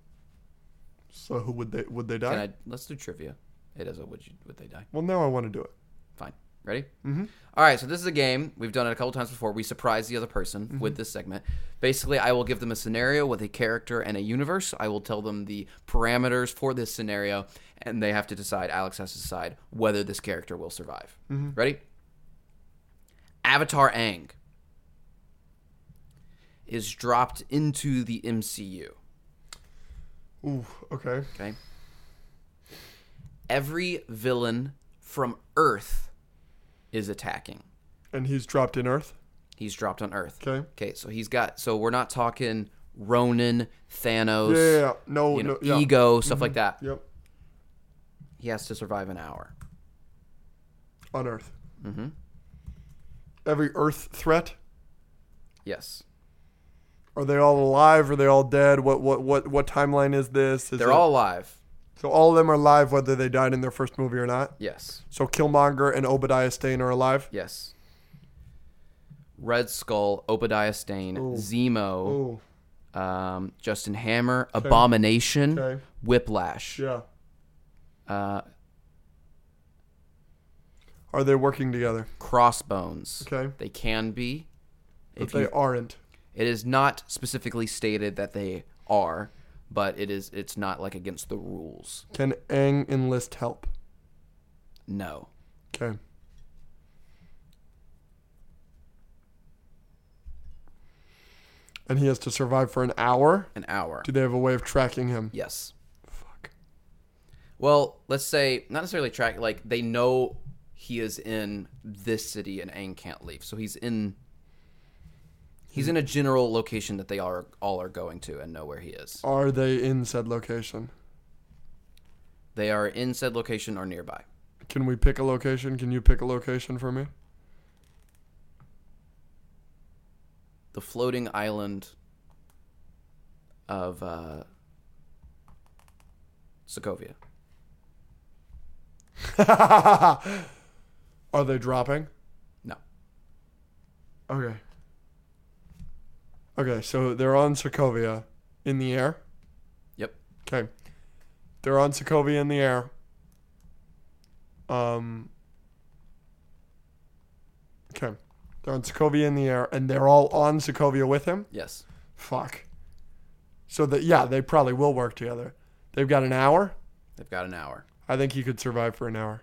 [SPEAKER 1] So who would they would they die?
[SPEAKER 2] Can I, let's do trivia. It is a would you would they die?
[SPEAKER 1] well, now I want to do it.
[SPEAKER 2] Fine. Ready?
[SPEAKER 1] Mhm.
[SPEAKER 2] All right. So this is a game we've done it a couple times before. We surprise the other person with this segment. Basically, I will give them a scenario with a character and a universe. I will tell them the parameters for this scenario, and they have to decide. Alex has to decide whether this character will survive. Ready? Avatar Aang is dropped into the MCU.
[SPEAKER 1] Ooh, okay.
[SPEAKER 2] Okay. Every villain from Earth is attacking.
[SPEAKER 1] And he's dropped in Earth.
[SPEAKER 2] He's dropped on Earth.
[SPEAKER 1] Okay.
[SPEAKER 2] Okay, so he's got. So we're not talking Ronan, Thanos,
[SPEAKER 1] Yeah, yeah, yeah. no,
[SPEAKER 2] you know,
[SPEAKER 1] no, yeah. Mm-hmm.
[SPEAKER 2] ego, stuff like that.
[SPEAKER 1] Yep,
[SPEAKER 2] He has to survive an hour.
[SPEAKER 1] on Earth.
[SPEAKER 2] hmm
[SPEAKER 1] Every Earth threat.
[SPEAKER 2] Yes,
[SPEAKER 1] Are they all alive? Are they all dead? What what what what timeline is this? Is
[SPEAKER 2] they're
[SPEAKER 1] it-
[SPEAKER 2] all alive.
[SPEAKER 1] so all of them are alive, whether they died in their first movie or not.
[SPEAKER 2] Yes,
[SPEAKER 1] So Killmonger and Obadiah Stane are alive.
[SPEAKER 2] yes. Red Skull, Obadiah Stane,
[SPEAKER 1] Ooh.
[SPEAKER 2] Zemo,
[SPEAKER 1] Oh,
[SPEAKER 2] um, Justin Hammer, Abomination,
[SPEAKER 1] Okay.
[SPEAKER 2] Whiplash.
[SPEAKER 1] yeah.
[SPEAKER 2] Uh,
[SPEAKER 1] Are they working together?
[SPEAKER 2] crossbones.
[SPEAKER 1] Okay.
[SPEAKER 2] They can be.
[SPEAKER 1] But
[SPEAKER 2] If
[SPEAKER 1] they
[SPEAKER 2] you,
[SPEAKER 1] aren't.
[SPEAKER 2] it is not specifically stated that they are, but it is. It's not like against the rules.
[SPEAKER 1] Can Aang enlist help?
[SPEAKER 2] No.
[SPEAKER 1] Okay. And he has to survive for an hour.
[SPEAKER 2] An hour.
[SPEAKER 1] Do they have a way of tracking him?
[SPEAKER 2] Yes.
[SPEAKER 1] Fuck.
[SPEAKER 2] Well, let's say not necessarily track. Like they know he is in this city and Aang can't leave, so he's in. He's in a general location that they are all are going to and know where he is.
[SPEAKER 1] Are they in said location?
[SPEAKER 2] They are in said location or nearby.
[SPEAKER 1] Can we pick a location? Can you pick a location for me?
[SPEAKER 2] the floating island of uh, Sokovia.
[SPEAKER 1] Are they dropping?
[SPEAKER 2] No.
[SPEAKER 1] Okay. Okay, so they're on Sokovia in the air.
[SPEAKER 2] Yep.
[SPEAKER 1] Okay. They're on Sokovia in the air. Um Okay. They're on Sokovia in the air and they're all on Sokovia with him.
[SPEAKER 2] Yes.
[SPEAKER 1] Fuck. So that yeah, they probably will work together. They've got an hour.
[SPEAKER 2] They've got an hour.
[SPEAKER 1] I think he could survive for an hour.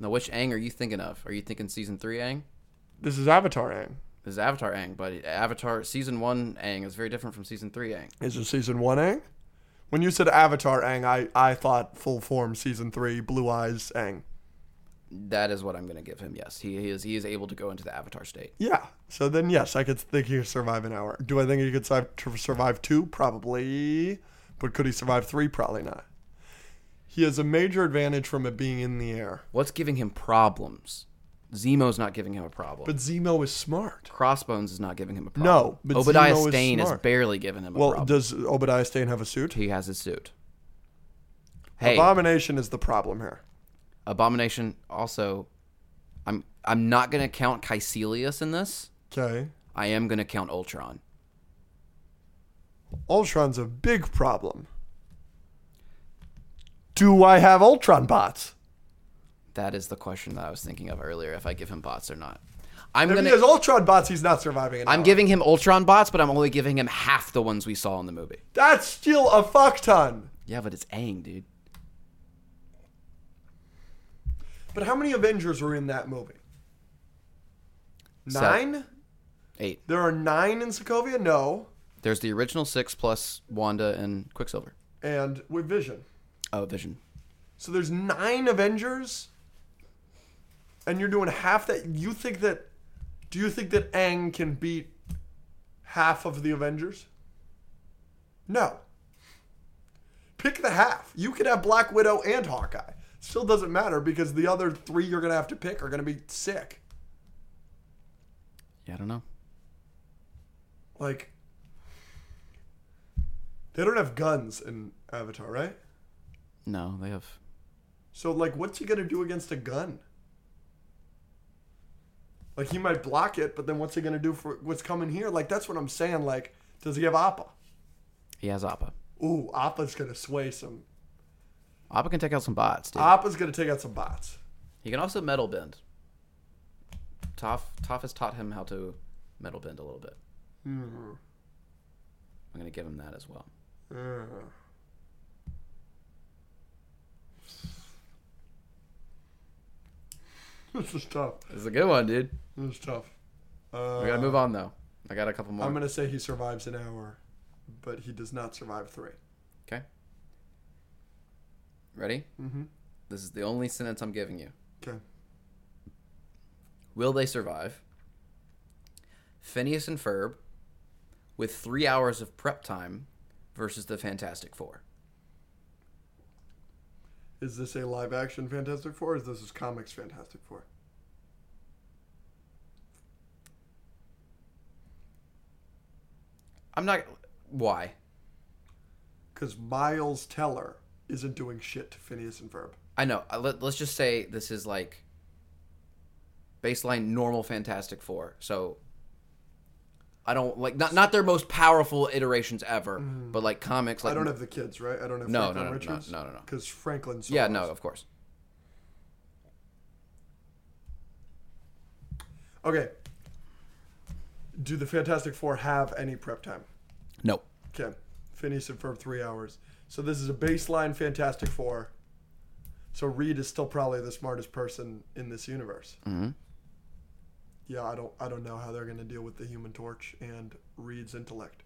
[SPEAKER 2] Now, which Aang are you thinking of? Are you thinking season three Aang?
[SPEAKER 1] This is Avatar Aang.
[SPEAKER 2] This is Avatar Aang, but Avatar season one Aang is very different from season three Aang.
[SPEAKER 1] Is it season one Aang? When you said Avatar Aang, I, I thought full form season three, blue eyes Aang.
[SPEAKER 2] That is what I'm going to give him. Yes, he, he is. He is able to go into the Avatar state.
[SPEAKER 1] Yeah. So then, yes, I could think he could survive an hour. Do I think he could si- tr- survive two? Probably. But could he survive three? Probably not. He has a major advantage from it being in the air.
[SPEAKER 2] What's giving him problems? Zemo's not giving him a problem.
[SPEAKER 1] But Zemo is smart.
[SPEAKER 2] Crossbones is not giving him a problem.
[SPEAKER 1] No, but
[SPEAKER 2] Obadiah
[SPEAKER 1] Zemo is
[SPEAKER 2] Stane is
[SPEAKER 1] smart.
[SPEAKER 2] barely giving him a
[SPEAKER 1] Well,
[SPEAKER 2] problem.
[SPEAKER 1] does Obadiah Stane have a suit?
[SPEAKER 2] he has his suit. Hey,
[SPEAKER 1] Abomination is the problem here.
[SPEAKER 2] Abomination also I'm I'm not gonna count Caecilius in this.
[SPEAKER 1] Okay.
[SPEAKER 2] I am gonna count Ultron.
[SPEAKER 1] Ultron's a big problem. Do I have Ultron bots?
[SPEAKER 2] That is the question that I was thinking of earlier, if I give him bots or not. I'm
[SPEAKER 1] If
[SPEAKER 2] gonna
[SPEAKER 1] he has Ultron bots, he's not surviving an
[SPEAKER 2] I'm
[SPEAKER 1] hour.
[SPEAKER 2] giving him Ultron bots, but I'm only giving him half the ones we saw in the movie.
[SPEAKER 1] That's still a fuck ton.
[SPEAKER 2] Yeah, but it's Aang, dude.
[SPEAKER 1] But how many Avengers were in that movie? Nine?
[SPEAKER 2] Eight.
[SPEAKER 1] There are nine in Sokovia? No.
[SPEAKER 2] There's the original six plus Wanda and Quicksilver.
[SPEAKER 1] And with Vision.
[SPEAKER 2] Oh, Vision.
[SPEAKER 1] So there's nine Avengers? And you're doing half that you think that do you think that Aang can beat half of the Avengers? No. Pick the half. You could have Black Widow and Hawkeye. Still doesn't matter because the other three you're gonna have to pick are gonna be sick.
[SPEAKER 2] Yeah, I don't know.
[SPEAKER 1] Like they don't have guns in Avatar, right?
[SPEAKER 2] No, they have.
[SPEAKER 1] So like what's he gonna do against a gun? Like he might block it, but then what's he gonna do for what's coming here? Like that's what I'm saying. Like, does he have Appa?
[SPEAKER 2] He has Appa.
[SPEAKER 1] Ooh, Appa's gonna sway some.
[SPEAKER 2] Appa can take out some bots, dude.
[SPEAKER 1] Appa's gonna take out some bots.
[SPEAKER 2] He can also metal bend. Toph, Toph has taught him how to metal bend a little bit.
[SPEAKER 1] Hmm.
[SPEAKER 2] I'm gonna give him that as well.
[SPEAKER 1] Uh. This is tough.
[SPEAKER 2] This is a good one, dude.
[SPEAKER 1] This is tough. Uh,
[SPEAKER 2] We gotta move on though. I got a couple more.
[SPEAKER 1] I'm gonna say he survives an hour, but he does not survive three.
[SPEAKER 2] Okay. Ready?
[SPEAKER 1] Mm-hmm.
[SPEAKER 2] This is the only sentence I'm giving you.
[SPEAKER 1] Okay.
[SPEAKER 2] Will they survive? Phineas and Ferb, with three hours of prep time, versus the Fantastic Four.
[SPEAKER 1] Is this a live action Fantastic Four? Or is this is comics Fantastic Four?
[SPEAKER 2] I'm not. Why?
[SPEAKER 1] Because Miles Teller isn't doing shit to Phineas and Ferb.
[SPEAKER 2] I know. I- Let, let's just say this is like baseline normal Fantastic Four. So I don't like not not their most powerful iterations ever, but like comics. Like
[SPEAKER 1] Mm. I don't have the kids, right? I don't have
[SPEAKER 2] No,
[SPEAKER 1] Franklin
[SPEAKER 2] no, no, no,
[SPEAKER 1] Richards.
[SPEAKER 2] no, no, no.
[SPEAKER 1] Because Franklin's
[SPEAKER 2] Yeah, no, of course.
[SPEAKER 1] Okay. Do the Fantastic Four have any prep time?
[SPEAKER 2] No.
[SPEAKER 1] Okay. Phineas and Ferb three hours. So this is a baseline Fantastic Four. So Reed is still probably the smartest person in this universe.
[SPEAKER 2] Mm-hmm.
[SPEAKER 1] Yeah, I don't I don't know how they're gonna deal with the Human Torch and Reed's intellect.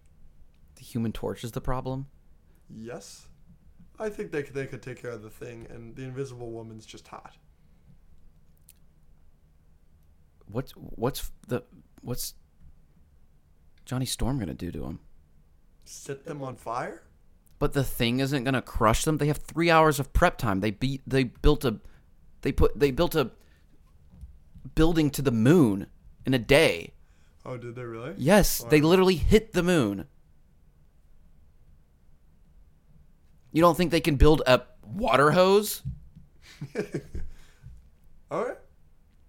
[SPEAKER 2] The Human Torch is the problem.
[SPEAKER 1] Yes, I think they could, they could take care of the thing, and the Invisible Woman's just hot.
[SPEAKER 2] What's what's the what's Johnny Storm gonna do to him?
[SPEAKER 1] Set them on fire.
[SPEAKER 2] But the thing isn't gonna crush them. They have three hours of prep time. They beat. They built a. They put. They built a building to the moon in a day.
[SPEAKER 1] Oh, did they really?
[SPEAKER 2] Yes, they literally hit the moon. You don't think they can build a water hose?
[SPEAKER 1] All right.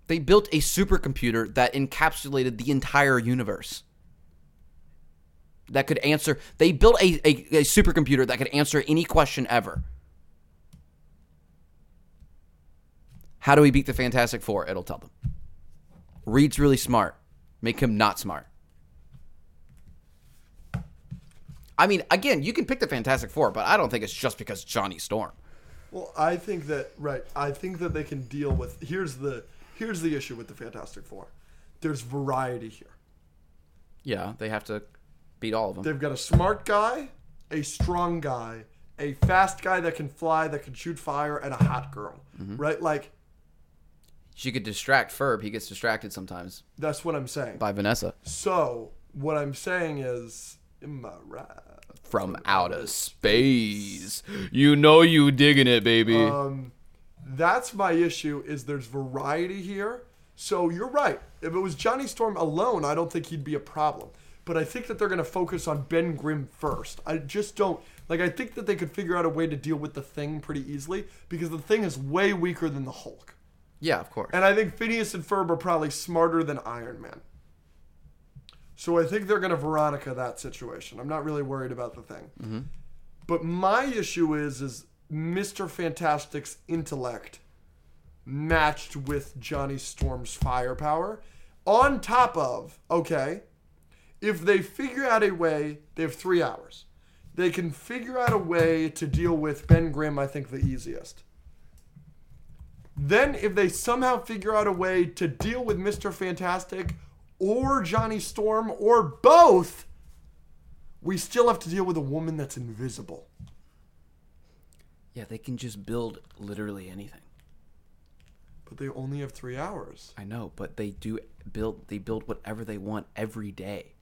[SPEAKER 2] They built a supercomputer that encapsulated the entire universe. That could answer. They built a, a, a supercomputer that could answer any question ever. How do we beat the Fantastic Four? It'll tell them. Reed's really smart. Make him not smart. I mean, again, you can pick the Fantastic Four, but I don't think it's just because Johnny Storm.
[SPEAKER 1] Well, I think that right. I think that they can deal with. Here's the here's the issue with the Fantastic Four. There's variety here.
[SPEAKER 2] Yeah, they have to beat all of them.
[SPEAKER 1] They've got a smart guy, a strong guy, a fast guy that can fly, that can shoot fire, and a hot girl. Right? Like
[SPEAKER 2] She could distract Ferb. He gets distracted sometimes.
[SPEAKER 1] that's what I'm saying.
[SPEAKER 2] by Vanessa
[SPEAKER 1] So what I'm saying is, am I right?
[SPEAKER 2] from outer space. You know you digging it, baby.
[SPEAKER 1] Um, that's my issue. Is there's variety here. So you're right. If it was Johnny Storm alone, I don't think he'd be a problem. But I think that they're going to focus on Ben Grimm first. I just don't like. I think that they could figure out a way to deal with the Thing pretty easily because the Thing is way weaker than the Hulk.
[SPEAKER 2] yeah, of course.
[SPEAKER 1] And I think Phineas and Ferb are probably smarter than Iron Man. So I think they're going to Veronica that situation. I'm not really worried about the thing. But my issue is is Mr. Fantastic's intellect matched with Johnny Storm's firepower on top of, okay, if they figure out a way, they have 3 hours. They can figure out a way to deal with Ben Grimm I think the easiest. Then, if they somehow figure out a way to deal with Mr. Fantastic or Johnny Storm or both, we still have to deal with a woman that's invisible.
[SPEAKER 2] Yeah, they can just build literally anything.
[SPEAKER 1] But they only have three hours.
[SPEAKER 2] I know, but they do build they build whatever they want every day.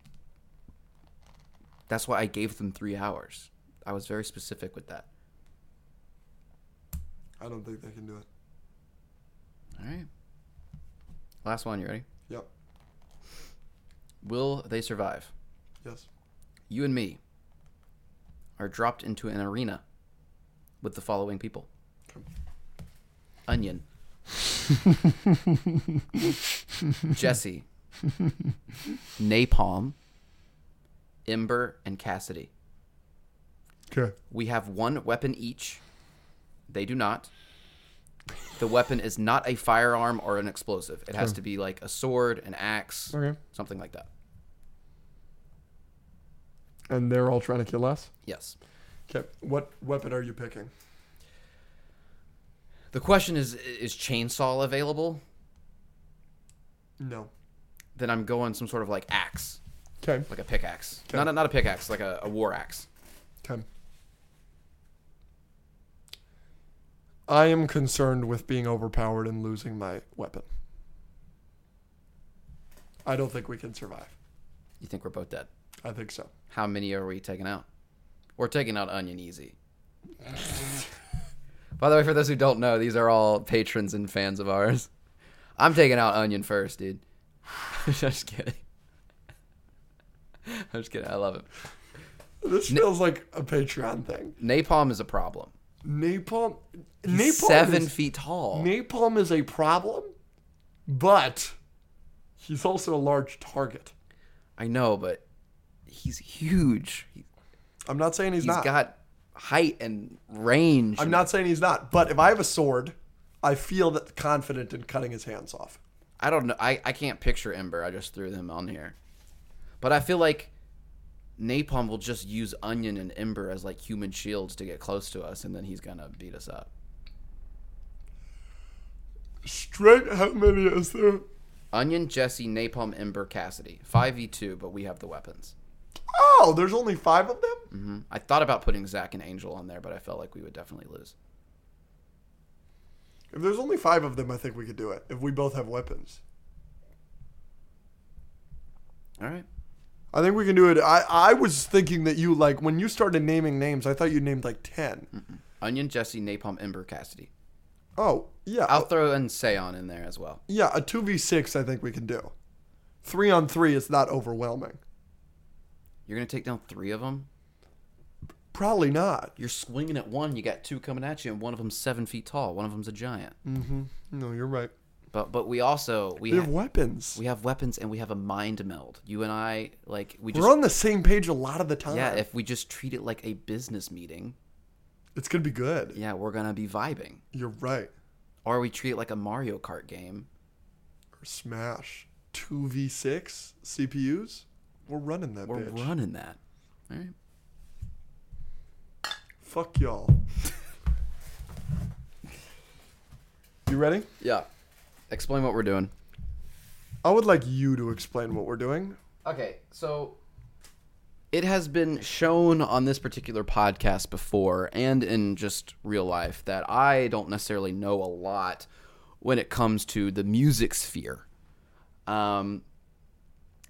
[SPEAKER 2] That's why I gave them 3 hours. I was very specific with that.
[SPEAKER 1] I don't think they can do it.
[SPEAKER 2] All right. Last one. You ready?
[SPEAKER 1] Yep.
[SPEAKER 2] Will they survive?
[SPEAKER 1] Yes.
[SPEAKER 2] You and me are dropped into an arena with the following people Onion, Jesse, Napalm, Ember, and Cassidy.
[SPEAKER 1] Okay.
[SPEAKER 2] We have one weapon each. They do not. The weapon is not a firearm or an explosive. It has to be like a sword, an axe,
[SPEAKER 1] Okay.
[SPEAKER 2] something like that.
[SPEAKER 1] And they're all trying to kill us.
[SPEAKER 2] Yes.
[SPEAKER 1] Okay. What weapon are you picking?
[SPEAKER 2] The question is is chainsaw available?
[SPEAKER 1] No.
[SPEAKER 2] Then I'm going some sort of like axe,
[SPEAKER 1] Okay.
[SPEAKER 2] like a pickaxe. Not a, not a pickaxe, like a, a war axe.
[SPEAKER 1] Okay. I am concerned with being overpowered and losing my weapon. I don't think we can survive.
[SPEAKER 2] You think we're both dead?
[SPEAKER 1] I think so.
[SPEAKER 2] How many are we taking out? We're taking out Onion Easy. By the way, for those who don't know, these are all patrons and fans of ours. I'm taking out Onion first, dude. I'm just kidding. I'm just kidding. I love him.
[SPEAKER 1] This feels like a Patreon thing.
[SPEAKER 2] Napalm is a problem.
[SPEAKER 1] Napalm.
[SPEAKER 2] He's
[SPEAKER 1] napalm
[SPEAKER 2] seven
[SPEAKER 1] Is,
[SPEAKER 2] feet tall.
[SPEAKER 1] napalm is a problem, but he's also a large target.
[SPEAKER 2] I know, but he's huge. He-
[SPEAKER 1] I'm not saying he's,
[SPEAKER 2] He's
[SPEAKER 1] not.
[SPEAKER 2] got height and range.
[SPEAKER 1] I'm not saying he's not. But if I have a sword, I feel that confident in cutting his hands off.
[SPEAKER 2] I don't know. I, I can't picture Ember. I just threw them on here. But I feel like Napalm will just use Onion and Ember as like human shields to get close to us, and then he's gonna beat us up.
[SPEAKER 1] Straight. How many is there?
[SPEAKER 2] Onion, Jesse, Napalm, Ember, Cassidy. 5v2, but we have the weapons.
[SPEAKER 1] Oh, there's only five of them.
[SPEAKER 2] hmm I thought about putting Zack and Angel on there, but I felt like we would definitely lose.
[SPEAKER 1] If there's only five of them, I think we could do it. If we both have weapons,
[SPEAKER 2] All right.
[SPEAKER 1] I think we can do it. I I was thinking that you like when you started naming names, I thought you named like 10
[SPEAKER 2] Onion, Jesse, Napalm, Ember, Cassidy.
[SPEAKER 1] Oh yeah,
[SPEAKER 2] I'll throw in Seon in there as well.
[SPEAKER 1] yeah. A two v six, I think we can do. Three on three is not overwhelming.
[SPEAKER 2] You're gonna take down three of them.
[SPEAKER 1] Probably not.
[SPEAKER 2] You're swinging at one. You got two coming at you, and one of them's seven feet tall. One of them's a giant.
[SPEAKER 1] Mm-hmm. No, you're right.
[SPEAKER 2] But but we also we
[SPEAKER 1] We have
[SPEAKER 2] have,
[SPEAKER 1] weapons.
[SPEAKER 2] we have weapons and we have a mind meld. You and I like we just
[SPEAKER 1] We're on the same page a lot of the time.
[SPEAKER 2] yeah. If we just treat it like a business meeting,
[SPEAKER 1] it's gonna be good.
[SPEAKER 2] yeah, we're gonna be vibing.
[SPEAKER 1] You're right.
[SPEAKER 2] Or we treat it like a Mario Kart game.
[SPEAKER 1] Or Smash two v six CPUs. We're running that
[SPEAKER 2] We're
[SPEAKER 1] bitch.
[SPEAKER 2] running that. All right.
[SPEAKER 1] Fuck y'all. you ready?
[SPEAKER 2] Yeah. Explain what we're doing.
[SPEAKER 1] I would like you to explain what we're doing.
[SPEAKER 2] Okay, so it has been shown on this particular podcast before and in just real life that I don't necessarily know a lot when it comes to the music sphere. Um,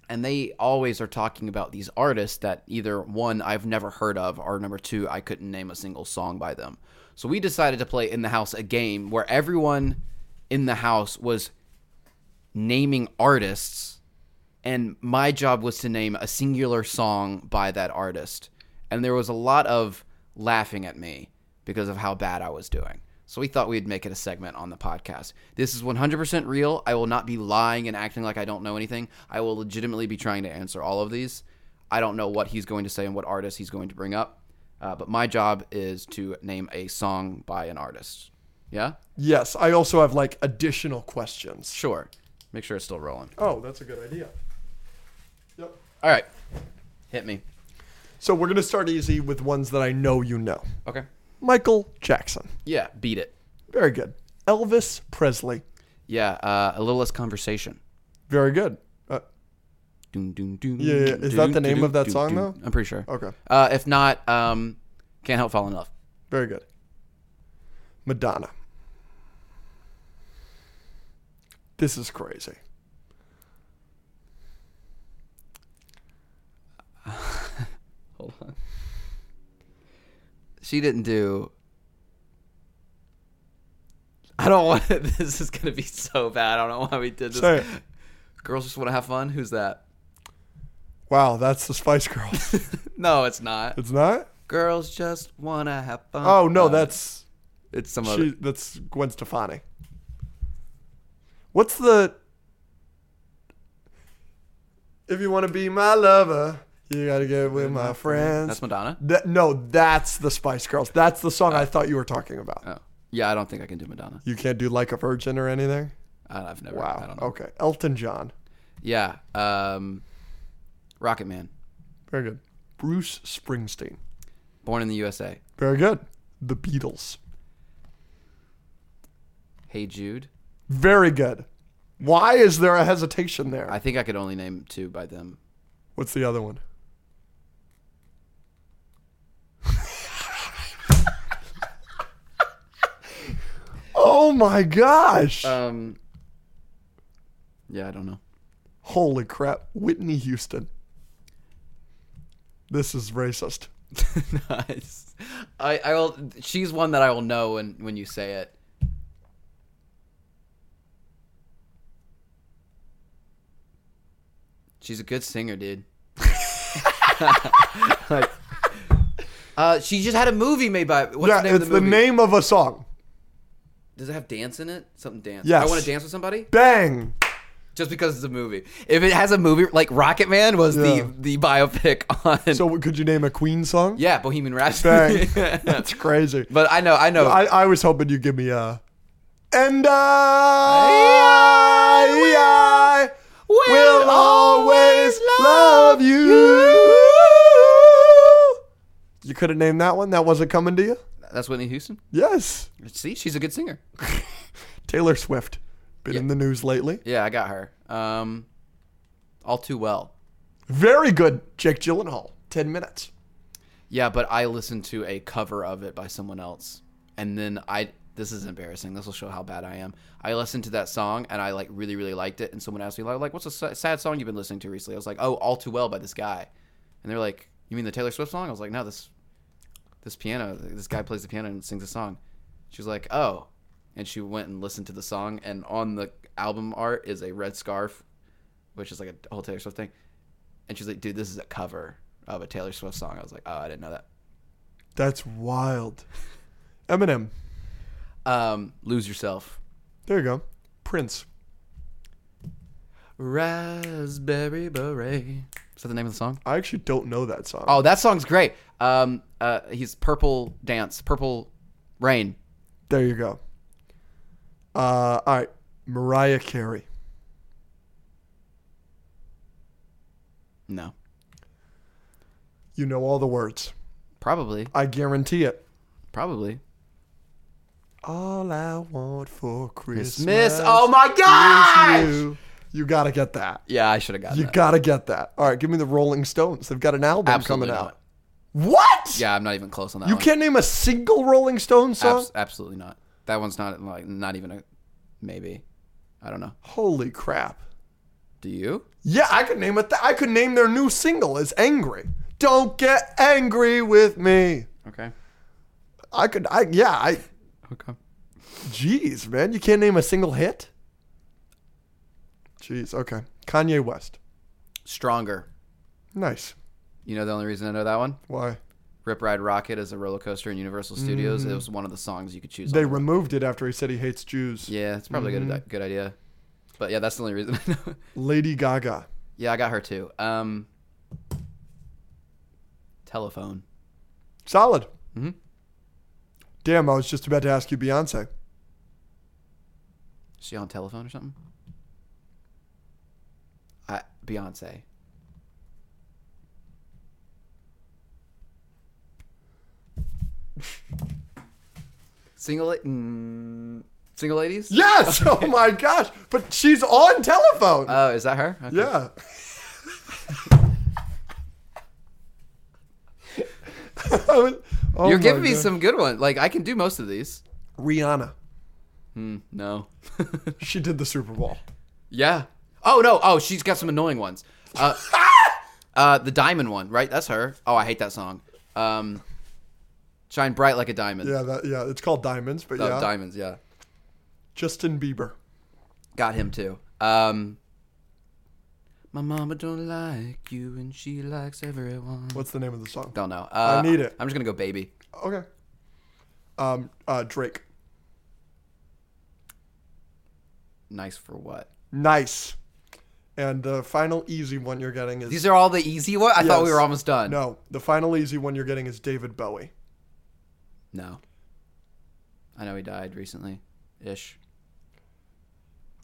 [SPEAKER 2] and they always are talking about these artists that either one I've never heard of or number two I couldn't name a single song by them. So we decided to play in the house a game where everyone in the house was naming artists and my job was to name a singular song by that artist. And there was a lot of laughing at me because of how bad I was doing. So we thought we'd make it a segment on the podcast. This is 100% real. I will not be lying and acting like I don't know anything. I will legitimately be trying to answer all of these. I don't know what he's going to say and what artist he's going to bring up. Uh, but my job is to name a song by an artist. Yeah?
[SPEAKER 1] Yes, I also have like additional questions.
[SPEAKER 2] Sure. Make sure it's still rolling.
[SPEAKER 1] Oh, that's a good idea. Yep.
[SPEAKER 2] All right. Hit me.
[SPEAKER 1] So we're gonna start easy with ones that I know you know.
[SPEAKER 2] Okay.
[SPEAKER 1] Michael Jackson.
[SPEAKER 2] Yeah, beat it.
[SPEAKER 1] Very good. Elvis Presley.
[SPEAKER 2] Yeah, uh, a little less conversation.
[SPEAKER 1] Very good. Uh,
[SPEAKER 2] Doom, doom, doom,
[SPEAKER 1] Yeah, yeah. Is that the name of that song, though?
[SPEAKER 2] I'm pretty sure.
[SPEAKER 1] okay.
[SPEAKER 2] Uh, if not, um, can't help falling in love.
[SPEAKER 1] Very good. Madonna. This is crazy.
[SPEAKER 2] Hold on. She didn't do. I don't want it. This is gonna be so bad. I don't know why we did this.
[SPEAKER 1] Sorry.
[SPEAKER 2] Girls just want to have fun. Who's that?
[SPEAKER 1] Wow, that's the Spice Girls.
[SPEAKER 2] No, it's not.
[SPEAKER 1] it's not.
[SPEAKER 2] Girls just want to have fun. Uh,
[SPEAKER 1] Oh no, that's
[SPEAKER 2] it's some
[SPEAKER 1] she.
[SPEAKER 2] other.
[SPEAKER 1] That's Gwen Stefani. What's the? If you want to be my lover, you gotta get with my friends.
[SPEAKER 2] That's Uh, Madonna.
[SPEAKER 1] That- no, that's the Spice Girls. That's the song I thought you were talking about.
[SPEAKER 2] Oh, yeah. I don't think I can do Madonna.
[SPEAKER 1] You can't do like a virgin or anything.
[SPEAKER 2] I, I've never. I
[SPEAKER 1] Wow.
[SPEAKER 2] don't know.
[SPEAKER 1] Okay. Elton John.
[SPEAKER 2] Yeah. Um, Rocket Man,
[SPEAKER 1] Very good. Bruce Springsteen.
[SPEAKER 2] Born in the USA.
[SPEAKER 1] Very good. The Beatles.
[SPEAKER 2] Hey Jude.
[SPEAKER 1] Very good. Why is there a hesitation there?
[SPEAKER 2] I think I could only name two by them.
[SPEAKER 1] What's the other one? oh my gosh.
[SPEAKER 2] Um. Yeah, I don't know.
[SPEAKER 1] Holy crap. Whitney Houston. This is racist.
[SPEAKER 2] nice. I, I will. She's one that I will know when when you say it. She's a good singer, dude. like, uh, she just had a movie made by. What's
[SPEAKER 1] yeah,
[SPEAKER 2] the name
[SPEAKER 1] it's
[SPEAKER 2] of the movie?
[SPEAKER 1] name of a song.
[SPEAKER 2] Does it have dance in it? Something dance.
[SPEAKER 1] Yes.
[SPEAKER 2] I want to dance with somebody
[SPEAKER 1] Bang.
[SPEAKER 2] just because it's a movie. If it has a movie, like Rocket Man was
[SPEAKER 1] Yeah.
[SPEAKER 2] the the biopic on.
[SPEAKER 1] So could you name a Queen song?
[SPEAKER 2] yeah, Bohemian Rhapsody.
[SPEAKER 1] Bang. That's crazy.
[SPEAKER 2] but I know, I know.
[SPEAKER 1] I, I was hoping you'd give me a. And I, I will always love you. You couldn't name that one? That wasn't coming to you?
[SPEAKER 2] That's Whitney Houston.
[SPEAKER 1] Yes.
[SPEAKER 2] See, she's a good singer.
[SPEAKER 1] Taylor Swift. Been in the news lately.
[SPEAKER 2] Yeah, I got her. Um, all too well.
[SPEAKER 1] Very good, Jake Gyllenhaal. 10 minutes.
[SPEAKER 2] Yeah, but I listened to a cover of it by someone else, and then I. This is embarrassing. This will show how bad I am. I listened to that song and I like really, really liked it. And someone asked me like, like, "What's a sa- sad song you've been listening to recently?" I was like, "Oh, All Too Well by this guy," and they're like, "You mean the Taylor Swift song?" I was like, "No, this, this piano. This guy plays the piano and sings a song." She was like, "Oh," and she went and listened to the song. And on the album art is a red scarf, which is like a whole Taylor Swift thing. And she's like, "Dude, this is a cover of a Taylor Swift song." I was like, "Oh, I didn't know that."
[SPEAKER 1] That's wild. Eminem.
[SPEAKER 2] Um, lose yourself.
[SPEAKER 1] There you go. Prince.
[SPEAKER 2] Raspberry beret. Is that the name of the song?
[SPEAKER 1] I actually don't know that song.
[SPEAKER 2] Oh, that song's great. Um, uh, he's purple dance, purple rain.
[SPEAKER 1] There you go. Uh, all right. Mariah Carey.
[SPEAKER 2] No,
[SPEAKER 1] You know all the words.
[SPEAKER 2] probably,
[SPEAKER 1] I guarantee it.
[SPEAKER 2] probably.
[SPEAKER 1] All I want for Christmas.
[SPEAKER 2] Miss. Oh my
[SPEAKER 1] is
[SPEAKER 2] gosh!
[SPEAKER 1] you. You gotta get that.
[SPEAKER 2] Yeah, I should have gotten
[SPEAKER 1] You
[SPEAKER 2] that.
[SPEAKER 1] gotta get that. All right, give me the Rolling Stones. They've got an album
[SPEAKER 2] Absolutely
[SPEAKER 1] coming
[SPEAKER 2] not.
[SPEAKER 1] out. What?
[SPEAKER 2] Yeah, I'm not even close on that.
[SPEAKER 1] You
[SPEAKER 2] one.
[SPEAKER 1] can't name a single Rolling Stones song?
[SPEAKER 2] Abs- absolutely not. That one's not like not even a maybe. I don't know.
[SPEAKER 1] Holy crap.
[SPEAKER 2] Do you?
[SPEAKER 1] Yeah, I could name it. Th- I could name their new single is "Angry." Don't get angry with me.
[SPEAKER 2] Okay.
[SPEAKER 1] I could. I yeah. I.
[SPEAKER 2] Okay.
[SPEAKER 1] Jeez, man, you can't name a single hit. Jeez. Okay. Kanye West.
[SPEAKER 2] Stronger.
[SPEAKER 1] Nice.
[SPEAKER 2] You know the only reason I know that one.
[SPEAKER 1] Why?
[SPEAKER 2] Rip Ride Rocket is a roller coaster in Universal Studios. It was one of the songs you could choose.
[SPEAKER 1] Mm. They Mm.
[SPEAKER 2] on.
[SPEAKER 1] removed it after he said he hates Jews.
[SPEAKER 2] Yeah, it's probably a good, good idea. But yeah, that's the only reason I know.
[SPEAKER 1] Lady Gaga.
[SPEAKER 2] yeah, I got her too. Um, telephone.
[SPEAKER 1] Solid.
[SPEAKER 2] Mhm.
[SPEAKER 1] Damn, I was just about to ask you Beyonce.
[SPEAKER 2] Is she on telephone or something? I, Beyonce. Single, la- mm, single ladies.
[SPEAKER 1] Yes. Oh my gosh. But she's on telephone.
[SPEAKER 2] Oh, is that her? Okay.
[SPEAKER 1] yeah. I was- oh
[SPEAKER 2] You're
[SPEAKER 1] my
[SPEAKER 2] giving me
[SPEAKER 1] God.
[SPEAKER 2] some good ones. Like I can do most of these.
[SPEAKER 1] Rihanna.
[SPEAKER 2] Hmm, no.
[SPEAKER 1] She did the Super Bowl.
[SPEAKER 2] yeah. Oh no. Oh, she's got some annoying ones. Uh, uh, the diamond one, right? That's her. Oh, I hate that song. Um, shine bright like a diamond.
[SPEAKER 1] Yeah. That. Yeah. It's called Diamonds, but
[SPEAKER 2] Oh,
[SPEAKER 1] yeah.
[SPEAKER 2] diamonds. Yeah.
[SPEAKER 1] Justin Bieber.
[SPEAKER 2] Got him too. Um, my mama don't like you, and she likes everyone.
[SPEAKER 1] What's the name of the song?
[SPEAKER 2] Don't know. Uh,
[SPEAKER 1] need it.
[SPEAKER 2] I'm just gonna go baby.
[SPEAKER 1] Okay. Um, uh, Drake.
[SPEAKER 2] Nice for what?
[SPEAKER 1] Nice. And the final easy one you're getting is
[SPEAKER 2] These are all the easy ones. I thought we
[SPEAKER 1] Yes.
[SPEAKER 2] were almost done.
[SPEAKER 1] no. The final easy one you're getting is David Bowie.
[SPEAKER 2] No. I know he died recently, ish.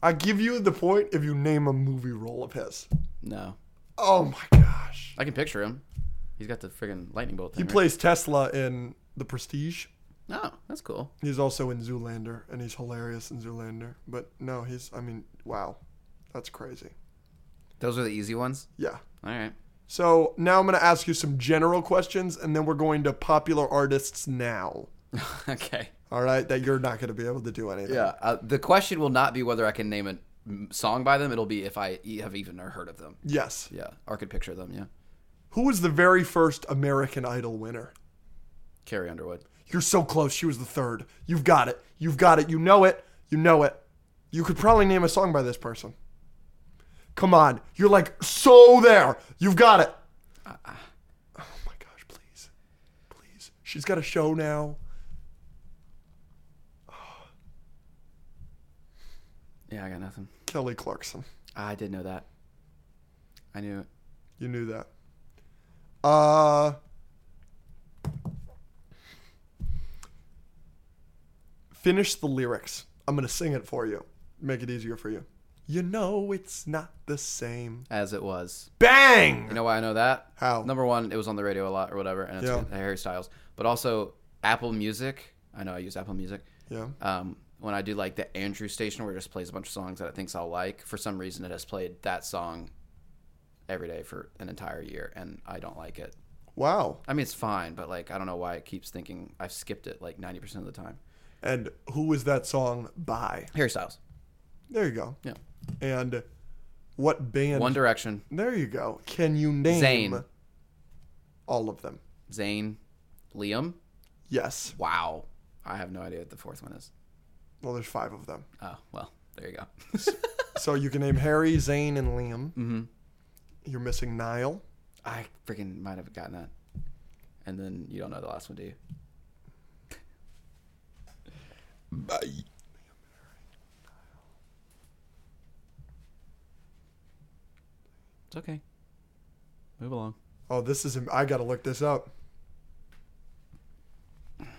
[SPEAKER 1] I give you the point if you name a movie role of his.
[SPEAKER 2] No.
[SPEAKER 1] Oh my gosh.
[SPEAKER 2] I can picture him. He's got the friggin' lightning bolt.
[SPEAKER 1] He
[SPEAKER 2] Thing, right?
[SPEAKER 1] plays Tesla in The Prestige.
[SPEAKER 2] Oh, that's cool.
[SPEAKER 1] He's also in Zoolander, and he's hilarious in Zoolander. But no, he's. I mean, wow, that's crazy.
[SPEAKER 2] Those are the easy ones.
[SPEAKER 1] Yeah.
[SPEAKER 2] All right.
[SPEAKER 1] So now I'm going to ask you some general questions, and then we're going to popular artists now.
[SPEAKER 2] okay.
[SPEAKER 1] All right, that you're not going to be able to do anything.
[SPEAKER 2] Yeah. Uh, the question will not be whether I can name a mm, song by them. It'll be if I e- have even heard of them.
[SPEAKER 1] Yes.
[SPEAKER 2] Yeah. Or could picture them. Yeah.
[SPEAKER 1] Who was the very first American Idol winner?
[SPEAKER 2] Carrie Underwood.
[SPEAKER 1] You're so close. She was the third. You've got it. You've got it. You know it. You know it. You could probably name a song by this person. Come on. You're like so there. You've got it. Oh my gosh, please. Please. She's got a show now.
[SPEAKER 2] Yeah, I got nothing.
[SPEAKER 1] Kelly Clarkson.
[SPEAKER 2] I did know that. I knew it.
[SPEAKER 1] You knew that. Uh Finish the lyrics. I'm going to sing it for you. Make it easier for you. You know it's not the same.
[SPEAKER 2] as it was.
[SPEAKER 1] Bang!
[SPEAKER 2] You know why I know that?
[SPEAKER 1] How?
[SPEAKER 2] Number one, it was on the radio a lot or whatever, and it's
[SPEAKER 1] Yeah.
[SPEAKER 2] Harry Styles. But also Apple Music. I know I use Apple Music.
[SPEAKER 1] Yeah.
[SPEAKER 2] Um, when I do like the Andrew station where it just plays a bunch of songs that it thinks I'll like, for some reason it has played that song every day for an entire year, and I don't like it.
[SPEAKER 1] Wow.
[SPEAKER 2] I mean, it's fine, but like I don't know why it keeps thinking I've skipped it like ninety percent of the time.
[SPEAKER 1] And who was that song by?
[SPEAKER 2] Harry Styles,
[SPEAKER 1] There you go.
[SPEAKER 2] yeah,
[SPEAKER 1] And what band?
[SPEAKER 2] One Direction,
[SPEAKER 1] There you go. Can you name
[SPEAKER 2] Zayn.
[SPEAKER 1] all of them?
[SPEAKER 2] Zayn, Liam.
[SPEAKER 1] Yes.
[SPEAKER 2] Wow, I have no idea what the fourth one is.
[SPEAKER 1] Well, there's five of them.
[SPEAKER 2] Oh well, there you go.
[SPEAKER 1] So you can name Harry, Zayn, and Liam. Mm-hmm. You're missing Niall.
[SPEAKER 2] I freaking might have gotten that. And then you don't know the last one, do you? It's okay. Move along.
[SPEAKER 1] Oh, this is. em- I gotta look this up.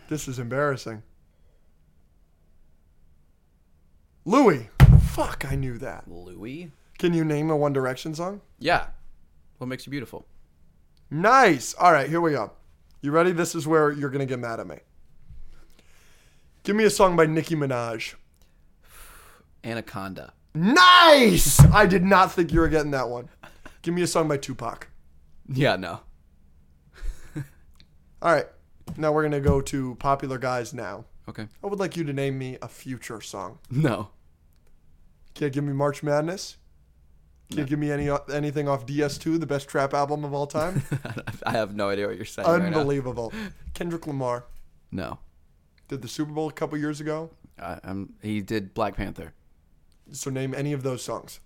[SPEAKER 1] This is embarrassing. Louis. Fuck, I knew that.
[SPEAKER 2] Louis?
[SPEAKER 1] Can you name a One Direction song?
[SPEAKER 2] Yeah. What makes you beautiful?
[SPEAKER 1] Nice. All right, here we go. You ready? This is where you're gonna get mad at me. Give me a song by Nicki Minaj.
[SPEAKER 2] Anaconda.
[SPEAKER 1] Nice. I did not think you were getting that one. Give me a song by Tupac.
[SPEAKER 2] Yeah, no.
[SPEAKER 1] All right. Now we're gonna go to popular guys. Now
[SPEAKER 2] Okay.
[SPEAKER 1] I would like you to name me a future song.
[SPEAKER 2] No.
[SPEAKER 1] Can't give me March Madness. Can't give me any anything off DS2, the best trap album of all time.
[SPEAKER 2] I have no idea what you're saying. right now.
[SPEAKER 1] Unbelievable. Kendrick Lamar
[SPEAKER 2] No.
[SPEAKER 1] did the Super Bowl a couple years ago.
[SPEAKER 2] I, I'm, he did Black Panther.
[SPEAKER 1] So name any of those songs.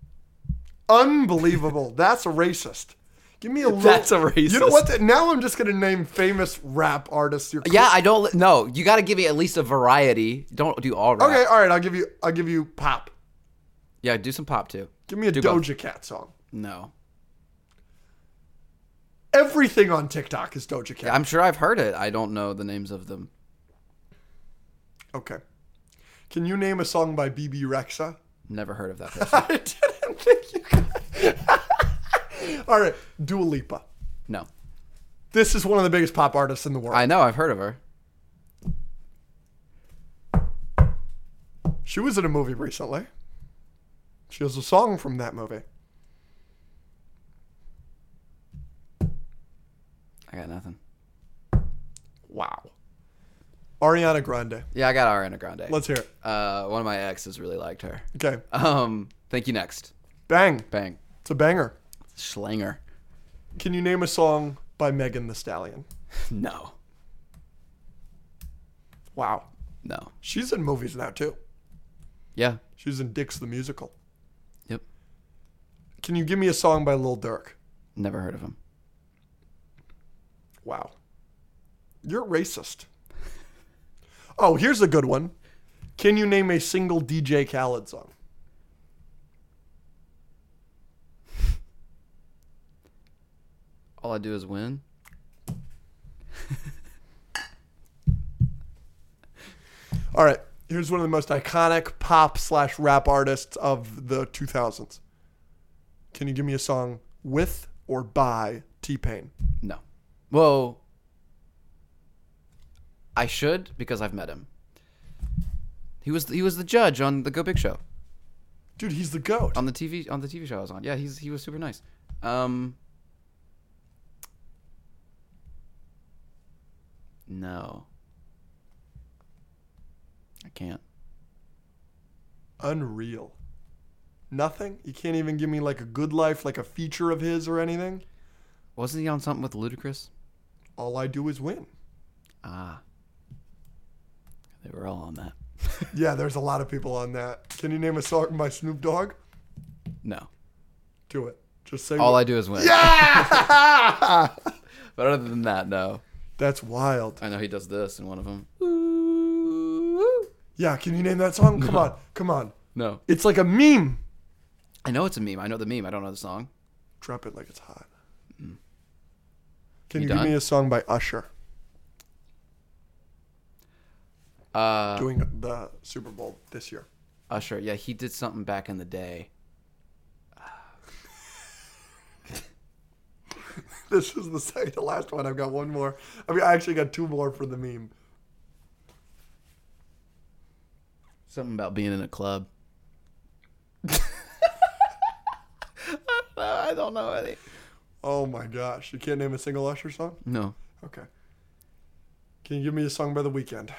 [SPEAKER 1] Unbelievable. That's a racist. Give me a little.
[SPEAKER 2] That's a racist.
[SPEAKER 1] You know what? now I'm just gonna name famous rap artists. You're
[SPEAKER 2] Yeah, I don't. No, you got to give me at least a variety. Don't do all rap.
[SPEAKER 1] Okay. All right. I'll give you. I'll give you pop.
[SPEAKER 2] Yeah, do some pop too.
[SPEAKER 1] Give me a
[SPEAKER 2] Do both.
[SPEAKER 1] Doja Cat song.
[SPEAKER 2] No,
[SPEAKER 1] Everything on TikTok is Doja Cat.
[SPEAKER 2] I'm sure I've heard it. I don't know the names of them.
[SPEAKER 1] Okay. Can you name a song by BB Rexa?
[SPEAKER 2] Never heard of that. person.
[SPEAKER 1] I didn't think you could. All right, Dua Lipa.
[SPEAKER 2] no,
[SPEAKER 1] This is one of the biggest pop artists in the world.
[SPEAKER 2] I know I've heard of her.
[SPEAKER 1] she was in a movie recently. She has a song from that movie.
[SPEAKER 2] I got nothing.
[SPEAKER 1] Wow. Ariana Grande.
[SPEAKER 2] Yeah, I got Ariana Grande.
[SPEAKER 1] Let's hear it.
[SPEAKER 2] Uh, one of my exes really liked her.
[SPEAKER 1] Okay.
[SPEAKER 2] Um, thank you. Next,
[SPEAKER 1] Bang.
[SPEAKER 2] bang,
[SPEAKER 1] It's a banger.
[SPEAKER 2] Schlanger.
[SPEAKER 1] Can you name a song by Megan the Stallion?
[SPEAKER 2] No,
[SPEAKER 1] Wow.
[SPEAKER 2] no.
[SPEAKER 1] She's in movies now too.
[SPEAKER 2] Yeah.
[SPEAKER 1] She was in Dix the Musical.
[SPEAKER 2] Yep.
[SPEAKER 1] Can you give me a song by Lil Durk?
[SPEAKER 2] Never heard of him.
[SPEAKER 1] Wow. You're racist. Oh, here's a good one. Can you name a single DJ Khaled song?
[SPEAKER 2] All I do is win.
[SPEAKER 1] All right. Here's one of the most iconic pop slash rap artists of the 2000s. Can you give me a song with or by T Pain?
[SPEAKER 2] No. Whoa. I should because I've met him. He was he was the judge on the Go Big Show
[SPEAKER 1] Dude, he's the goat.
[SPEAKER 2] on the TV on the TV show I was on. Yeah, he's he was super nice. Um. No. I can't.
[SPEAKER 1] Unreal. Nothing? You can't even give me like a good life, like a feature of his or anything?
[SPEAKER 2] Wasn't he on something with Ludacris?
[SPEAKER 1] All I do is win.
[SPEAKER 2] Ah. They were all on that.
[SPEAKER 1] Yeah, there's a lot of people on that. Can you name a song by Snoop Dogg?
[SPEAKER 2] No.
[SPEAKER 1] Do it. Just say
[SPEAKER 2] All
[SPEAKER 1] what-
[SPEAKER 2] I do is win.
[SPEAKER 1] Yeah!
[SPEAKER 2] But other than that, no.
[SPEAKER 1] That's wild.
[SPEAKER 2] I know he does this in one of them.
[SPEAKER 1] Yeah, can you name that song? Come on. Come on.
[SPEAKER 2] No.
[SPEAKER 1] It's like a meme.
[SPEAKER 2] I know it's a meme. I know the meme. I don't know the song.
[SPEAKER 1] Drop it like it's hot. Can
[SPEAKER 2] Mm. You
[SPEAKER 1] you, give
[SPEAKER 2] done?
[SPEAKER 1] me a song by Usher
[SPEAKER 2] Uh,
[SPEAKER 1] doing the Super Bowl this year?
[SPEAKER 2] Usher. Yeah, he did something back in the day.
[SPEAKER 1] This is the second to last one. I've got one more. I mean, I actually got two more for the meme.
[SPEAKER 2] Something about being in a club. I don't know any.
[SPEAKER 1] Oh my gosh. You can't name a single Usher song?
[SPEAKER 2] No.
[SPEAKER 1] Okay. Can you give me a song by The Weekend?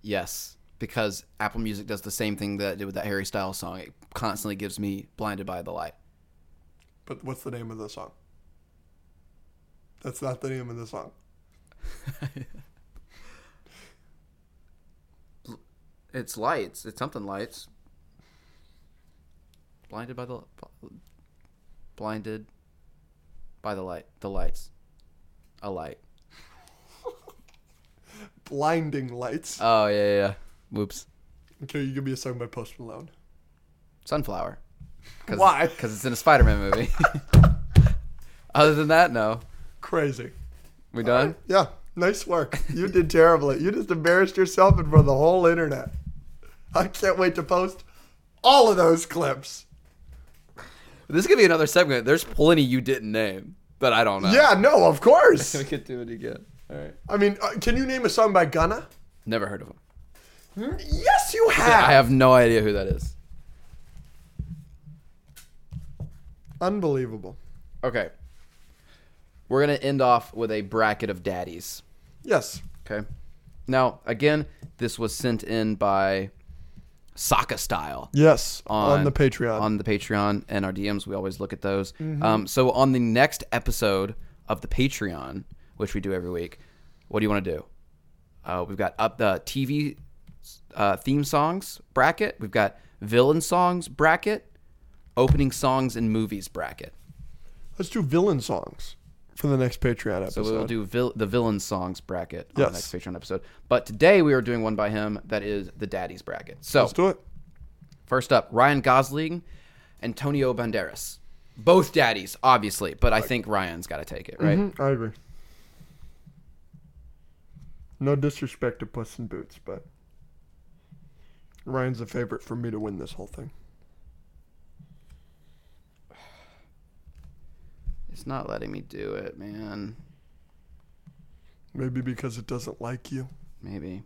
[SPEAKER 2] Yes, because Apple Music does the same thing that it did with that Harry Styles song. It constantly gives me "Blinded by the Light."
[SPEAKER 1] But what's the name of the song? That's not the name of the song.
[SPEAKER 2] It's lights. It's something lights. Blinded by the blinded by the light. The lights. A light.
[SPEAKER 1] Blinding Lights.
[SPEAKER 2] Oh yeah, yeah. yeah. Whoops.
[SPEAKER 1] Okay, you give me a song by Post Malone.
[SPEAKER 2] Sunflower. Cause,
[SPEAKER 1] Why?
[SPEAKER 2] Because it's in a Spider-Man movie. Other than that, no.
[SPEAKER 1] Crazy.
[SPEAKER 2] We done?
[SPEAKER 1] Yeah, nice work. You did terribly. You just embarrassed yourself in front of the whole internet. I can't wait to post all of those clips.
[SPEAKER 2] This could be another segment. There's plenty you didn't name that I don't know.
[SPEAKER 1] Yeah, no, of course.
[SPEAKER 2] We could do it again. All right.
[SPEAKER 1] I mean, uh, can you name a song by Gunna?
[SPEAKER 2] Never heard of him.
[SPEAKER 1] Yes, you have.
[SPEAKER 2] Hmm? I have no idea who that is.
[SPEAKER 1] Unbelievable.
[SPEAKER 2] Okay. We're going to end off with a bracket of daddies.
[SPEAKER 1] Yes.
[SPEAKER 2] Okay. Now, again, this was sent in by Sokka Style.
[SPEAKER 1] Yes. On, the Patreon.
[SPEAKER 2] On the Patreon and our DMs. We always look at those.
[SPEAKER 1] Mm-hmm.
[SPEAKER 2] Um, so, on the next episode of the Patreon, which we do every week, what do you want to do? Uh, we've got up the TV uh, theme songs bracket, we've got villain songs bracket, opening songs and movies bracket.
[SPEAKER 1] Let's do villain songs for the next Patreon episode.
[SPEAKER 2] So we'll do vil- the villain songs bracket on
[SPEAKER 1] Yes.
[SPEAKER 2] the next Patreon episode. But today we are doing one by him that is the daddy's bracket. So
[SPEAKER 1] Let's do it.
[SPEAKER 2] first up, Ryan Gosling, Antonio Banderas. Both daddies, obviously, but I think Ryan's got to take it, right?
[SPEAKER 1] I agree. No disrespect to Puss in Boots, but Ryan's a favorite for me to win this whole thing.
[SPEAKER 2] It's not letting me do it, man.
[SPEAKER 1] Maybe because it doesn't like you.
[SPEAKER 2] Maybe.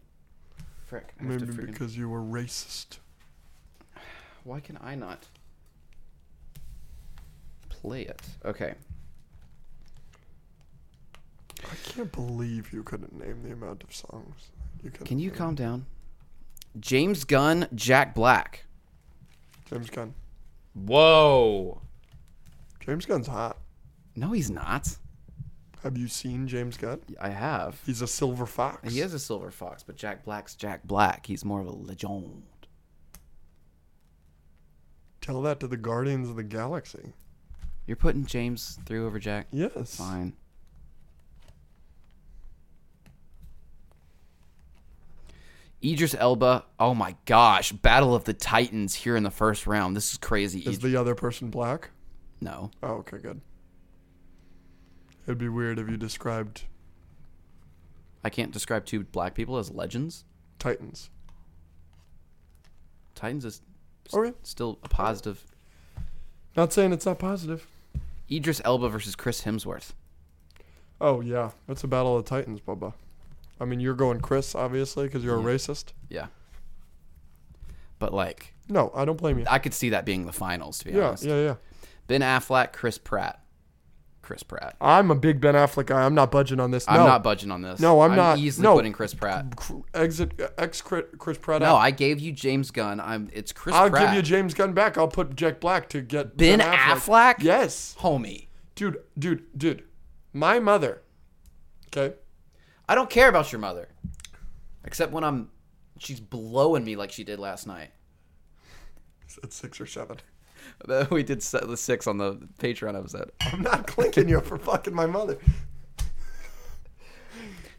[SPEAKER 2] Frick. I have to
[SPEAKER 1] Maybe
[SPEAKER 2] freaking-
[SPEAKER 1] because you were racist.
[SPEAKER 2] Why can I not play it? Okay.
[SPEAKER 1] I can't believe you couldn't name the amount of songs you could.
[SPEAKER 2] Can you calm down? James Gunn, Jack Black.
[SPEAKER 1] James Gunn.
[SPEAKER 2] Whoa.
[SPEAKER 1] James Gunn's hot.
[SPEAKER 2] No, he's not.
[SPEAKER 1] Have you seen James Gunn?
[SPEAKER 2] I have.
[SPEAKER 1] He's a silver fox.
[SPEAKER 2] He is a silver fox, but Jack Black's Jack Black. He's more of a legend.
[SPEAKER 1] Tell that to the Guardians of the Galaxy.
[SPEAKER 2] You're putting James through over Jack.
[SPEAKER 1] Yes.
[SPEAKER 2] Fine. Idris Elba. Oh my gosh. Battle of the Titans here in the first round. This is crazy.
[SPEAKER 1] Is
[SPEAKER 2] Idris-
[SPEAKER 1] the other person black?
[SPEAKER 2] no.
[SPEAKER 1] Oh, okay, good. It'd be weird if you described
[SPEAKER 2] I can't describe two black people as legends.
[SPEAKER 1] Titans.
[SPEAKER 2] Titans is s-
[SPEAKER 1] Okay.
[SPEAKER 2] still a positive.
[SPEAKER 1] Not saying it's not positive.
[SPEAKER 2] Idris Elba versus Chris Hemsworth.
[SPEAKER 1] Oh yeah, it's a battle of the Titans, Bubba. I mean, you're going Chris obviously because you're a
[SPEAKER 2] Mm-hmm.
[SPEAKER 1] racist.
[SPEAKER 2] Yeah. But like,
[SPEAKER 1] No, I don't blame you.
[SPEAKER 2] I could see that being the finals, to be
[SPEAKER 1] yeah,
[SPEAKER 2] honest.
[SPEAKER 1] yeah, yeah.
[SPEAKER 2] Ben Affleck, Chris Pratt. Chris Pratt.
[SPEAKER 1] I'm a big Ben Affleck guy. I'm not budging on this. No,
[SPEAKER 2] I'm not budging on this.
[SPEAKER 1] No, I'm not-
[SPEAKER 2] Easily
[SPEAKER 1] no.
[SPEAKER 2] putting Chris Pratt.
[SPEAKER 1] Cr- exit uh, ex Chris Chris Pratt.
[SPEAKER 2] No,
[SPEAKER 1] out.
[SPEAKER 2] I gave you James Gunn. I'm. It's Chris
[SPEAKER 1] I'll
[SPEAKER 2] Pratt.
[SPEAKER 1] give you James Gunn back. I'll put Jack Black to get
[SPEAKER 2] Ben Affleck?
[SPEAKER 1] Yes,
[SPEAKER 2] homie.
[SPEAKER 1] dude, dude, dude. My mother. Okay.
[SPEAKER 2] I don't care about your mother, except when I'm. She's blowing me like she did last night.
[SPEAKER 1] It's six or seven.
[SPEAKER 2] We did set the six on the Patreon episode.
[SPEAKER 1] I'm not clinking you for fucking my mother.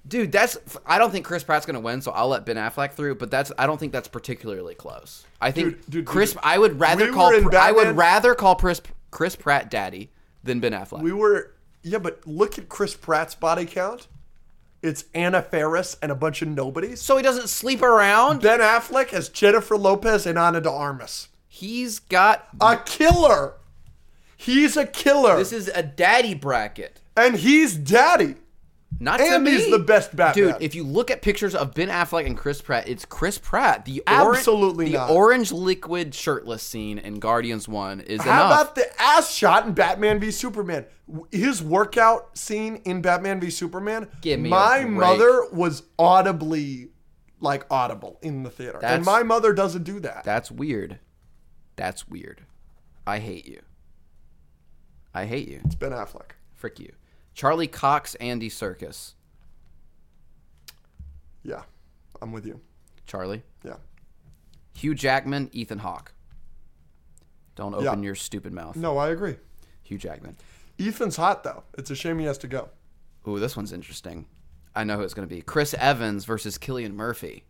[SPEAKER 2] Dude, that's. I don't think Chris Pratt's gonna win, so I'll let Ben Affleck through. But that's. I don't think that's particularly close. I think
[SPEAKER 1] Dude, dude,
[SPEAKER 2] Chris.
[SPEAKER 1] dude.
[SPEAKER 2] I would rather
[SPEAKER 1] We
[SPEAKER 2] call.
[SPEAKER 1] were in
[SPEAKER 2] Pr- I would
[SPEAKER 1] Batman-
[SPEAKER 2] rather call Chris Chris Pratt daddy than Ben Affleck.
[SPEAKER 1] We were yeah, but look at Chris Pratt's body count. It's Anna Faris and a bunch of nobodies.
[SPEAKER 2] so he doesn't sleep around.
[SPEAKER 1] Ben Affleck as Jennifer Lopez and Ana de Armas.
[SPEAKER 2] He's got.
[SPEAKER 1] A killer. He's a killer.
[SPEAKER 2] This is a daddy bracket.
[SPEAKER 1] and he's daddy.
[SPEAKER 2] Not
[SPEAKER 1] And
[SPEAKER 2] to me.
[SPEAKER 1] he's the best Batman.
[SPEAKER 2] Dude, if you look at pictures of Ben Affleck and Chris Pratt, it's Chris Pratt. The
[SPEAKER 1] Absolutely
[SPEAKER 2] the
[SPEAKER 1] not.
[SPEAKER 2] orange liquid shirtless scene in Guardians One is
[SPEAKER 1] How
[SPEAKER 2] enough.
[SPEAKER 1] about the ass shot in Batman v Superman? W- His workout scene in Batman v Superman.
[SPEAKER 2] Give me a
[SPEAKER 1] my
[SPEAKER 2] break.
[SPEAKER 1] mother was audibly, like audible in the theater,
[SPEAKER 2] That's-
[SPEAKER 1] and my mother doesn't do that.
[SPEAKER 2] That's weird. That's weird. I hate you. I hate you.
[SPEAKER 1] Ben Affleck.
[SPEAKER 2] Frick you. Charlie Cox, Andy Circus.
[SPEAKER 1] Yeah, I'm with you.
[SPEAKER 2] Charlie.
[SPEAKER 1] Yeah,
[SPEAKER 2] Hugh Jackman, Ethan Hawke. Don't open
[SPEAKER 1] Yeah.
[SPEAKER 2] your stupid mouth.
[SPEAKER 1] no, I agree.
[SPEAKER 2] Hugh Jackman.
[SPEAKER 1] Ethan's hot though. It's a shame he has to go.
[SPEAKER 2] Ooh, this one's interesting. I know who it's going to be. Chris Evans versus Killian Murphy.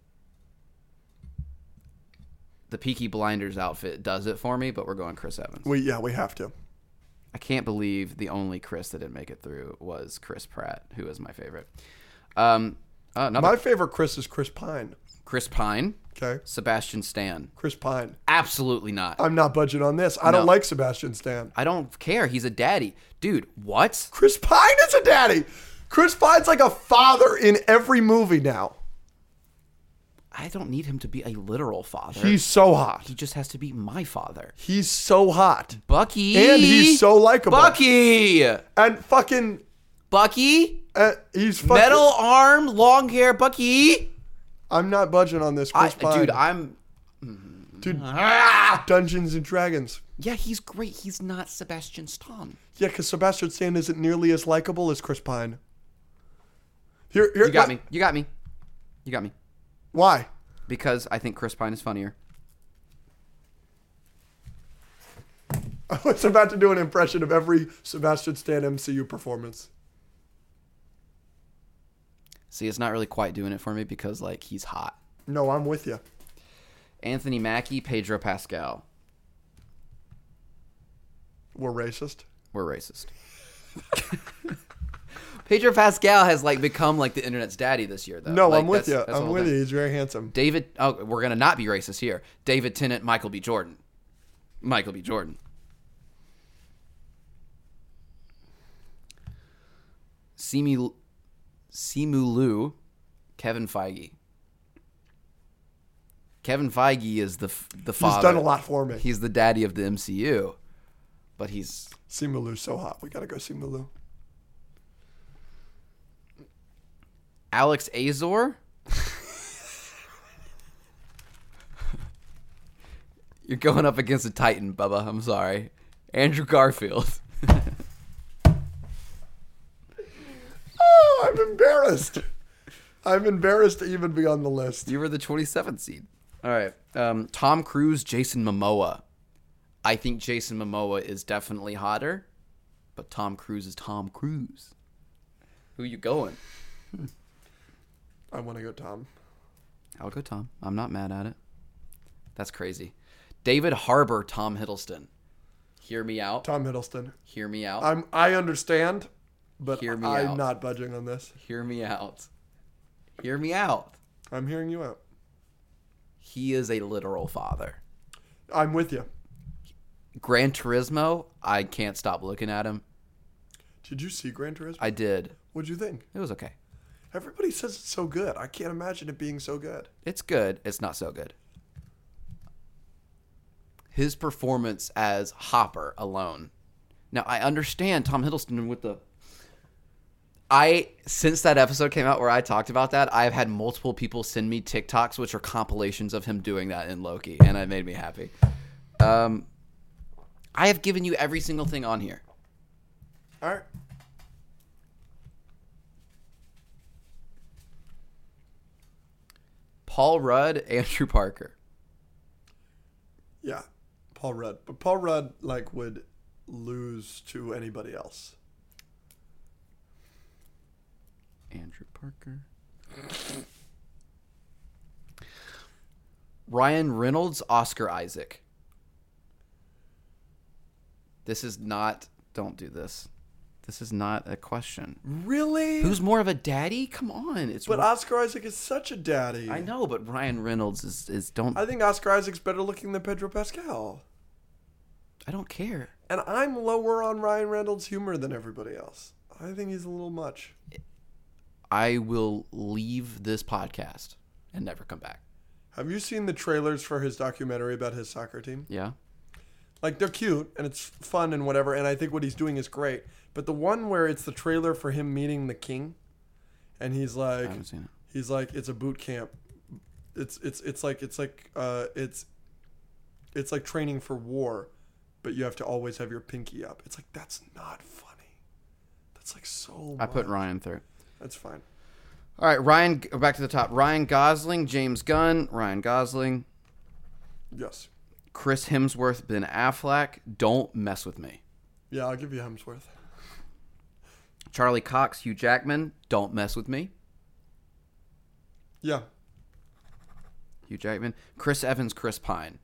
[SPEAKER 2] The Peaky Blinders outfit does it for me, but we're going Chris Evans.
[SPEAKER 1] We yeah, we have to.
[SPEAKER 2] I can't believe the only Chris that didn't make it through was Chris Pratt, who is my favorite. Um, uh, another
[SPEAKER 1] My favorite Chris is Chris Pine.
[SPEAKER 2] Chris Pine,
[SPEAKER 1] Okay,
[SPEAKER 2] Sebastian Stan.
[SPEAKER 1] Chris Pine.
[SPEAKER 2] Absolutely not.
[SPEAKER 1] I'm not budging on this. I don't
[SPEAKER 2] No.
[SPEAKER 1] like Sebastian Stan.
[SPEAKER 2] I don't care. He's a daddy, dude. What?
[SPEAKER 1] Chris Pine is a daddy. Chris Pine's like a father in every movie now.
[SPEAKER 2] I don't need him to be a literal father.
[SPEAKER 1] He's so hot.
[SPEAKER 2] he just has to be my father,
[SPEAKER 1] He's so hot.
[SPEAKER 2] Bucky.
[SPEAKER 1] And he's so likable.
[SPEAKER 2] Bucky.
[SPEAKER 1] And fucking,
[SPEAKER 2] Bucky.
[SPEAKER 1] uh, he's fucking.
[SPEAKER 2] Metal arm, long hair, Bucky.
[SPEAKER 1] I'm not budging on this.
[SPEAKER 2] I,
[SPEAKER 1] Chris Pine.
[SPEAKER 2] dude, I'm.
[SPEAKER 1] Dude, Dungeons and Dragons.
[SPEAKER 2] Yeah, he's great. He's not Sebastian Stan.
[SPEAKER 1] Yeah, because Sebastian Stan isn't nearly as likable as Chris Pine. Here, here
[SPEAKER 2] You got
[SPEAKER 1] why-
[SPEAKER 2] me. You got me. You got me.
[SPEAKER 1] Why?
[SPEAKER 2] Because I think Chris Pine is funnier.
[SPEAKER 1] I was about to do an impression of every Sebastian Stan MCU performance.
[SPEAKER 2] See, it's not really quite doing it for me because like he's hot.
[SPEAKER 1] No, I'm with you.
[SPEAKER 2] Anthony Mackie, Pedro Pascal.
[SPEAKER 1] We're racist.
[SPEAKER 2] We're racist. Pedro Pascal has like become like the internet's daddy this year, though.
[SPEAKER 1] No,
[SPEAKER 2] Like,
[SPEAKER 1] I'm with
[SPEAKER 2] that's-
[SPEAKER 1] you.
[SPEAKER 2] that's the
[SPEAKER 1] I'm
[SPEAKER 2] whole
[SPEAKER 1] with
[SPEAKER 2] thing.
[SPEAKER 1] you. He's very handsome.
[SPEAKER 2] David, oh, we're gonna not be racist here. David Tennant, Michael B. Jordan, Michael B. Jordan. Simu, Simu Liu, Kevin Feige. Kevin Feige is the f- the
[SPEAKER 1] He's
[SPEAKER 2] father.
[SPEAKER 1] done a lot for me.
[SPEAKER 2] He's the daddy of the MCU, but he's
[SPEAKER 1] See Malou's so hot. We gotta go see Malou.
[SPEAKER 2] Alex Azor. You're going up against a Titan, Bubba. I'm sorry. Andrew Garfield.
[SPEAKER 1] Oh, I'm embarrassed. I'm embarrassed to even be on the list.
[SPEAKER 2] You were the 27th seed. All right. Um, Tom Cruise, Jason Momoa. I think Jason Momoa is definitely hotter, but Tom Cruise is Tom Cruise. Who you going?
[SPEAKER 1] I want to go Tom.
[SPEAKER 2] I'll go Tom. I'm not mad at it. That's crazy. David Harbour, Tom Hiddleston. Hear me out.
[SPEAKER 1] Tom Hiddleston.
[SPEAKER 2] Hear me out.
[SPEAKER 1] I'm I understand, but
[SPEAKER 2] Hear me
[SPEAKER 1] I'm
[SPEAKER 2] out.
[SPEAKER 1] not budging on this.
[SPEAKER 2] Hear me out. Hear me out.
[SPEAKER 1] I'm hearing you out.
[SPEAKER 2] He is a literal father.
[SPEAKER 1] I'm with you.
[SPEAKER 2] Gran Turismo, I can't stop looking at him.
[SPEAKER 1] Did you see Gran Turismo?
[SPEAKER 2] I did.
[SPEAKER 1] What'd you think?
[SPEAKER 2] It was okay.
[SPEAKER 1] Everybody says it's so good. I can't imagine it being so good.
[SPEAKER 2] It's good. It's not so good. His performance as Hopper alone. Now I understand Tom Hiddleston with the. I since that episode came out where I talked about that, I've had multiple people send me TikToks which are compilations of him doing that in Loki, and it made me happy. Um, I have given you every single thing on here.
[SPEAKER 1] All right.
[SPEAKER 2] Paul Rudd, Andrew Parker.
[SPEAKER 1] Yeah. Paul Rudd. But Paul Rudd like would lose to anybody else.
[SPEAKER 2] Andrew Parker. Ryan Reynolds, Oscar Isaac. This is not. Don't do this. This is not a question.
[SPEAKER 1] Really?
[SPEAKER 2] Who's more of a daddy? Come on, it's.
[SPEAKER 1] but Oscar Isaac is such a daddy.
[SPEAKER 2] I know, but Ryan Reynolds is is don't.
[SPEAKER 1] I think Oscar Isaac's better looking than Pedro Pascal.
[SPEAKER 2] I don't care.
[SPEAKER 1] And I'm lower on Ryan Reynolds' humor than everybody else. I think he's a little much.
[SPEAKER 2] I will leave this podcast and never come back.
[SPEAKER 1] Have you seen the trailers for his documentary about his soccer team?
[SPEAKER 2] Yeah.
[SPEAKER 1] like they're cute and it's fun and whatever and i think what he's doing is great but the one where it's the trailer for him meeting the king and he's like
[SPEAKER 2] I haven't seen it.
[SPEAKER 1] he's like it's a boot camp it's it's it's like it's like uh it's it's like training for war but you have to always have your pinky up it's like that's not funny that's like so
[SPEAKER 2] I put
[SPEAKER 1] much.
[SPEAKER 2] Ryan through.
[SPEAKER 1] that's fine
[SPEAKER 2] All right, Ryan. Back to the top. Ryan Gosling, James Gunn, Ryan Gosling,
[SPEAKER 1] yes
[SPEAKER 2] Chris Hemsworth, Ben Affleck. Don't mess with me.
[SPEAKER 1] yeah i'll give you hemsworth
[SPEAKER 2] Charlie Cox, Hugh Jackman. Don't mess with me.
[SPEAKER 1] yeah
[SPEAKER 2] Hugh Jackman. Chris Evans, Chris Pine.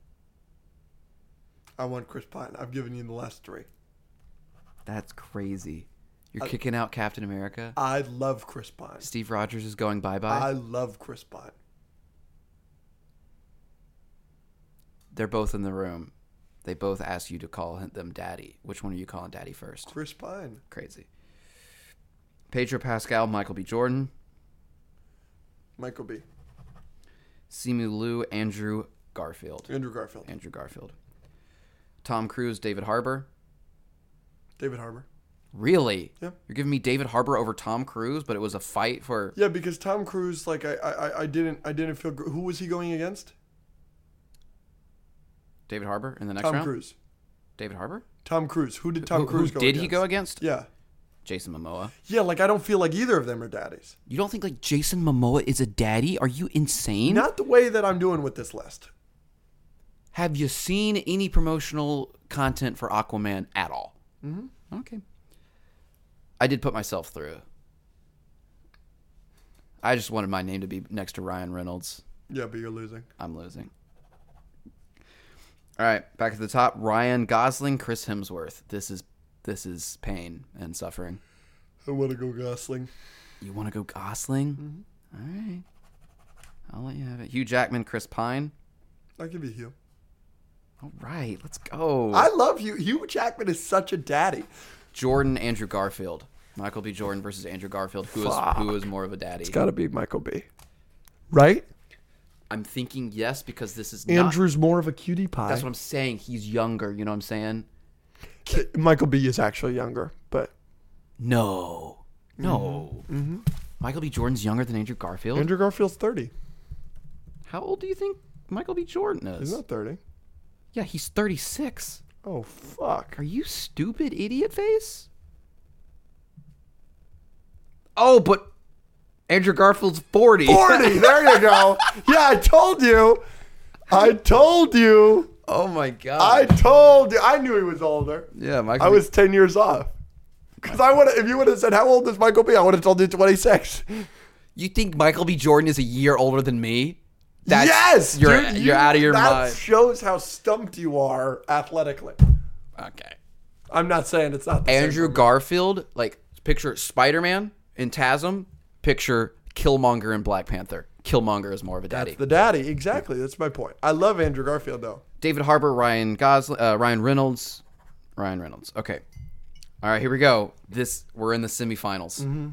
[SPEAKER 1] i want chris pine i've given you the last three
[SPEAKER 2] That's crazy. You're kicking out Captain America.
[SPEAKER 1] i love chris pine
[SPEAKER 2] Steve Rogers is going bye bye.
[SPEAKER 1] i love chris pine
[SPEAKER 2] They're both in the room. They both asked you to call him- them daddy. Which one are you calling daddy first?
[SPEAKER 1] chris pine
[SPEAKER 2] Crazy. Pedro Pascal, Michael B. Jordan,
[SPEAKER 1] michael b
[SPEAKER 2] Simu Liu, Andrew Garfield.
[SPEAKER 1] Andrew Garfield.
[SPEAKER 2] Andrew Garfield. Tom Cruise, David Harbour.
[SPEAKER 1] David Harbour.
[SPEAKER 2] Really?
[SPEAKER 1] Yeah.
[SPEAKER 2] You're giving me David Harbour over Tom Cruise, but it was a fight for
[SPEAKER 1] Yeah, because Tom Cruise, like I, I, I- I didn't, I didn't feel. Gr- who was he going against?
[SPEAKER 2] David Harbour in the next
[SPEAKER 1] Tom
[SPEAKER 2] round.
[SPEAKER 1] Cruise.
[SPEAKER 2] David Harbour?
[SPEAKER 1] Tom Cruise. Who did Tom
[SPEAKER 2] Who- who
[SPEAKER 1] Cruise go?
[SPEAKER 2] did
[SPEAKER 1] against?
[SPEAKER 2] he go against?
[SPEAKER 1] Yeah,
[SPEAKER 2] Jason Momoa.
[SPEAKER 1] yeah. Like I don't feel like either of them are daddies.
[SPEAKER 2] You don't think like Jason Momoa is a daddy? Are you insane?
[SPEAKER 1] Not the way that I'm doing with this list.
[SPEAKER 2] Have you seen any promotional content for Aquaman at all? Mm-hmm. Okay. I did put myself through. I just wanted my name to be next to Ryan Reynolds.
[SPEAKER 1] Yeah, but you're losing.
[SPEAKER 2] I'm losing. All right, back to the top. Ryan Gosling, Chris Hemsworth. This is this is pain and suffering.
[SPEAKER 1] I want to go Gosling.
[SPEAKER 2] You want to go Gosling? All right. I'll let you have it. Hugh Jackman, Chris Pine.
[SPEAKER 1] I'll give you Hugh.
[SPEAKER 2] All right, let's go.
[SPEAKER 1] I love you. Hugh Jackman is such a daddy.
[SPEAKER 2] Jordan, Andrew Garfield. Michael B. Jordan versus Andrew Garfield. Who is who is more of a daddy?
[SPEAKER 1] Gotta be Michael B. Right?
[SPEAKER 2] I'm thinking yes because this is not.
[SPEAKER 1] Andrew's more of a cutie pie.
[SPEAKER 2] That's what I'm saying. He's younger. You know what I'm saying?
[SPEAKER 1] Michael B. is actually younger, but
[SPEAKER 2] No, no. Michael B. Jordan's younger than Andrew Garfield.
[SPEAKER 1] Andrew Garfield's thirty.
[SPEAKER 2] How old do you think Michael B. Jordan is?
[SPEAKER 1] He's not thirty.
[SPEAKER 2] yeah, he's 36.
[SPEAKER 1] Oh fuck.
[SPEAKER 2] Are you stupid, idiot face? Oh, but Andrew Garfield's 40.
[SPEAKER 1] 40. There you go. Yeah, I told you. I told you.
[SPEAKER 2] Oh my god.
[SPEAKER 1] I told you. I knew he was older.
[SPEAKER 2] yeah, Michael.
[SPEAKER 1] I was 10 years off. Because I would, if you would have said, "How old is Michael B?" I would have told you 26.
[SPEAKER 2] You think Michael B. Jordan is a year older than me? That's,
[SPEAKER 1] yes,
[SPEAKER 2] you're
[SPEAKER 1] dude, you-
[SPEAKER 2] you're out of your
[SPEAKER 1] that
[SPEAKER 2] mind.
[SPEAKER 1] shows how stumped you are athletically.
[SPEAKER 2] okay.
[SPEAKER 1] I'm not saying it's not the same.
[SPEAKER 2] Andrew Garfield, like picture Spider Man in TASM, picture Killmonger in Black Panther. Killmonger is more of a daddy.
[SPEAKER 1] The daddy, exactly. That's my point. I love Andrew Garfield though.
[SPEAKER 2] David Harbour, Ryan Gosling, uh, Ryan Reynolds, Ryan Reynolds. Okay, all right, here we go. This we're in the semifinals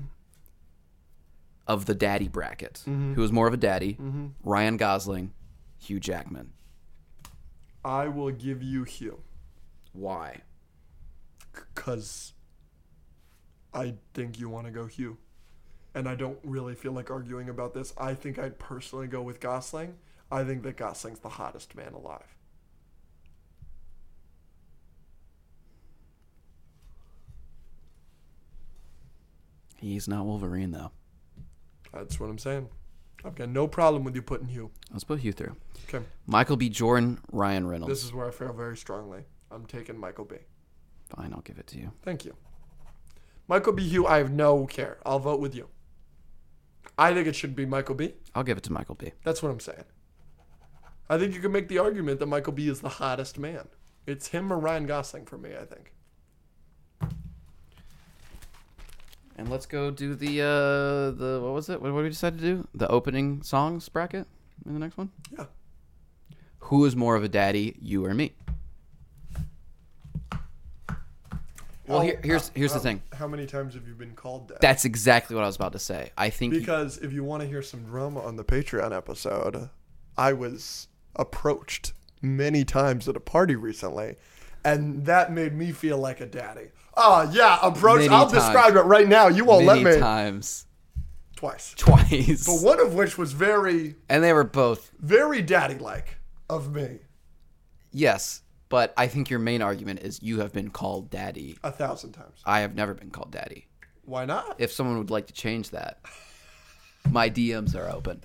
[SPEAKER 2] of the daddy bracket. Who is more of a daddy? Ryan Gosling, Hugh Jackman.
[SPEAKER 1] I will give you Hugh
[SPEAKER 2] Why?
[SPEAKER 1] because I think you want to go Hugh, and I don't really feel like arguing about this. I think I'd personally go with Gosling. I think that Gosling's the hottest man alive.
[SPEAKER 2] He's not Wolverine though.
[SPEAKER 1] That's what I'm saying. I've got no problem with you putting Hugh.
[SPEAKER 2] Let's put Hugh through.
[SPEAKER 1] Okay,
[SPEAKER 2] Michael B. Jordan, Ryan Reynolds.
[SPEAKER 1] this is where I feel very strongly. I'm taking Michael B.
[SPEAKER 2] Fine, I'll give it to you.
[SPEAKER 1] Thank you. Michael B. Hugh, I have no care. I'll vote with you. I think it should be Michael B.
[SPEAKER 2] I'll give it to Michael B.
[SPEAKER 1] That's what I'm saying. I think you can make the argument that Michael B. is the hottest man. It's him or Ryan Gosling for me, I think.
[SPEAKER 2] And let's go do the uh the what was it? What, what did we decide to do? The opening songs bracket in the next one.
[SPEAKER 1] Yeah.
[SPEAKER 2] Who is more of a daddy, you or me?
[SPEAKER 1] How-
[SPEAKER 2] Well, here, here's here's the
[SPEAKER 1] how-
[SPEAKER 2] thing.
[SPEAKER 1] How many times have you been called that?
[SPEAKER 2] That's exactly what I was about to say. I think
[SPEAKER 1] Because if you want to hear some drama on the Patreon episode, I was approached many times at a party recently, and that made me feel like a daddy. Oh, yeah, approached.
[SPEAKER 2] Many
[SPEAKER 1] I'll
[SPEAKER 2] times.
[SPEAKER 1] describe it right now. You
[SPEAKER 2] many
[SPEAKER 1] won't let me.
[SPEAKER 2] times,
[SPEAKER 1] Twice.
[SPEAKER 2] twice,
[SPEAKER 1] But one of which was very,
[SPEAKER 2] and they were both
[SPEAKER 1] very daddy like of me
[SPEAKER 2] yes. But I think your main argument is you have been called daddy.
[SPEAKER 1] a thousand times.
[SPEAKER 2] I have never been called daddy.
[SPEAKER 1] Why not?
[SPEAKER 2] If someone would like to change that, my DMs are open.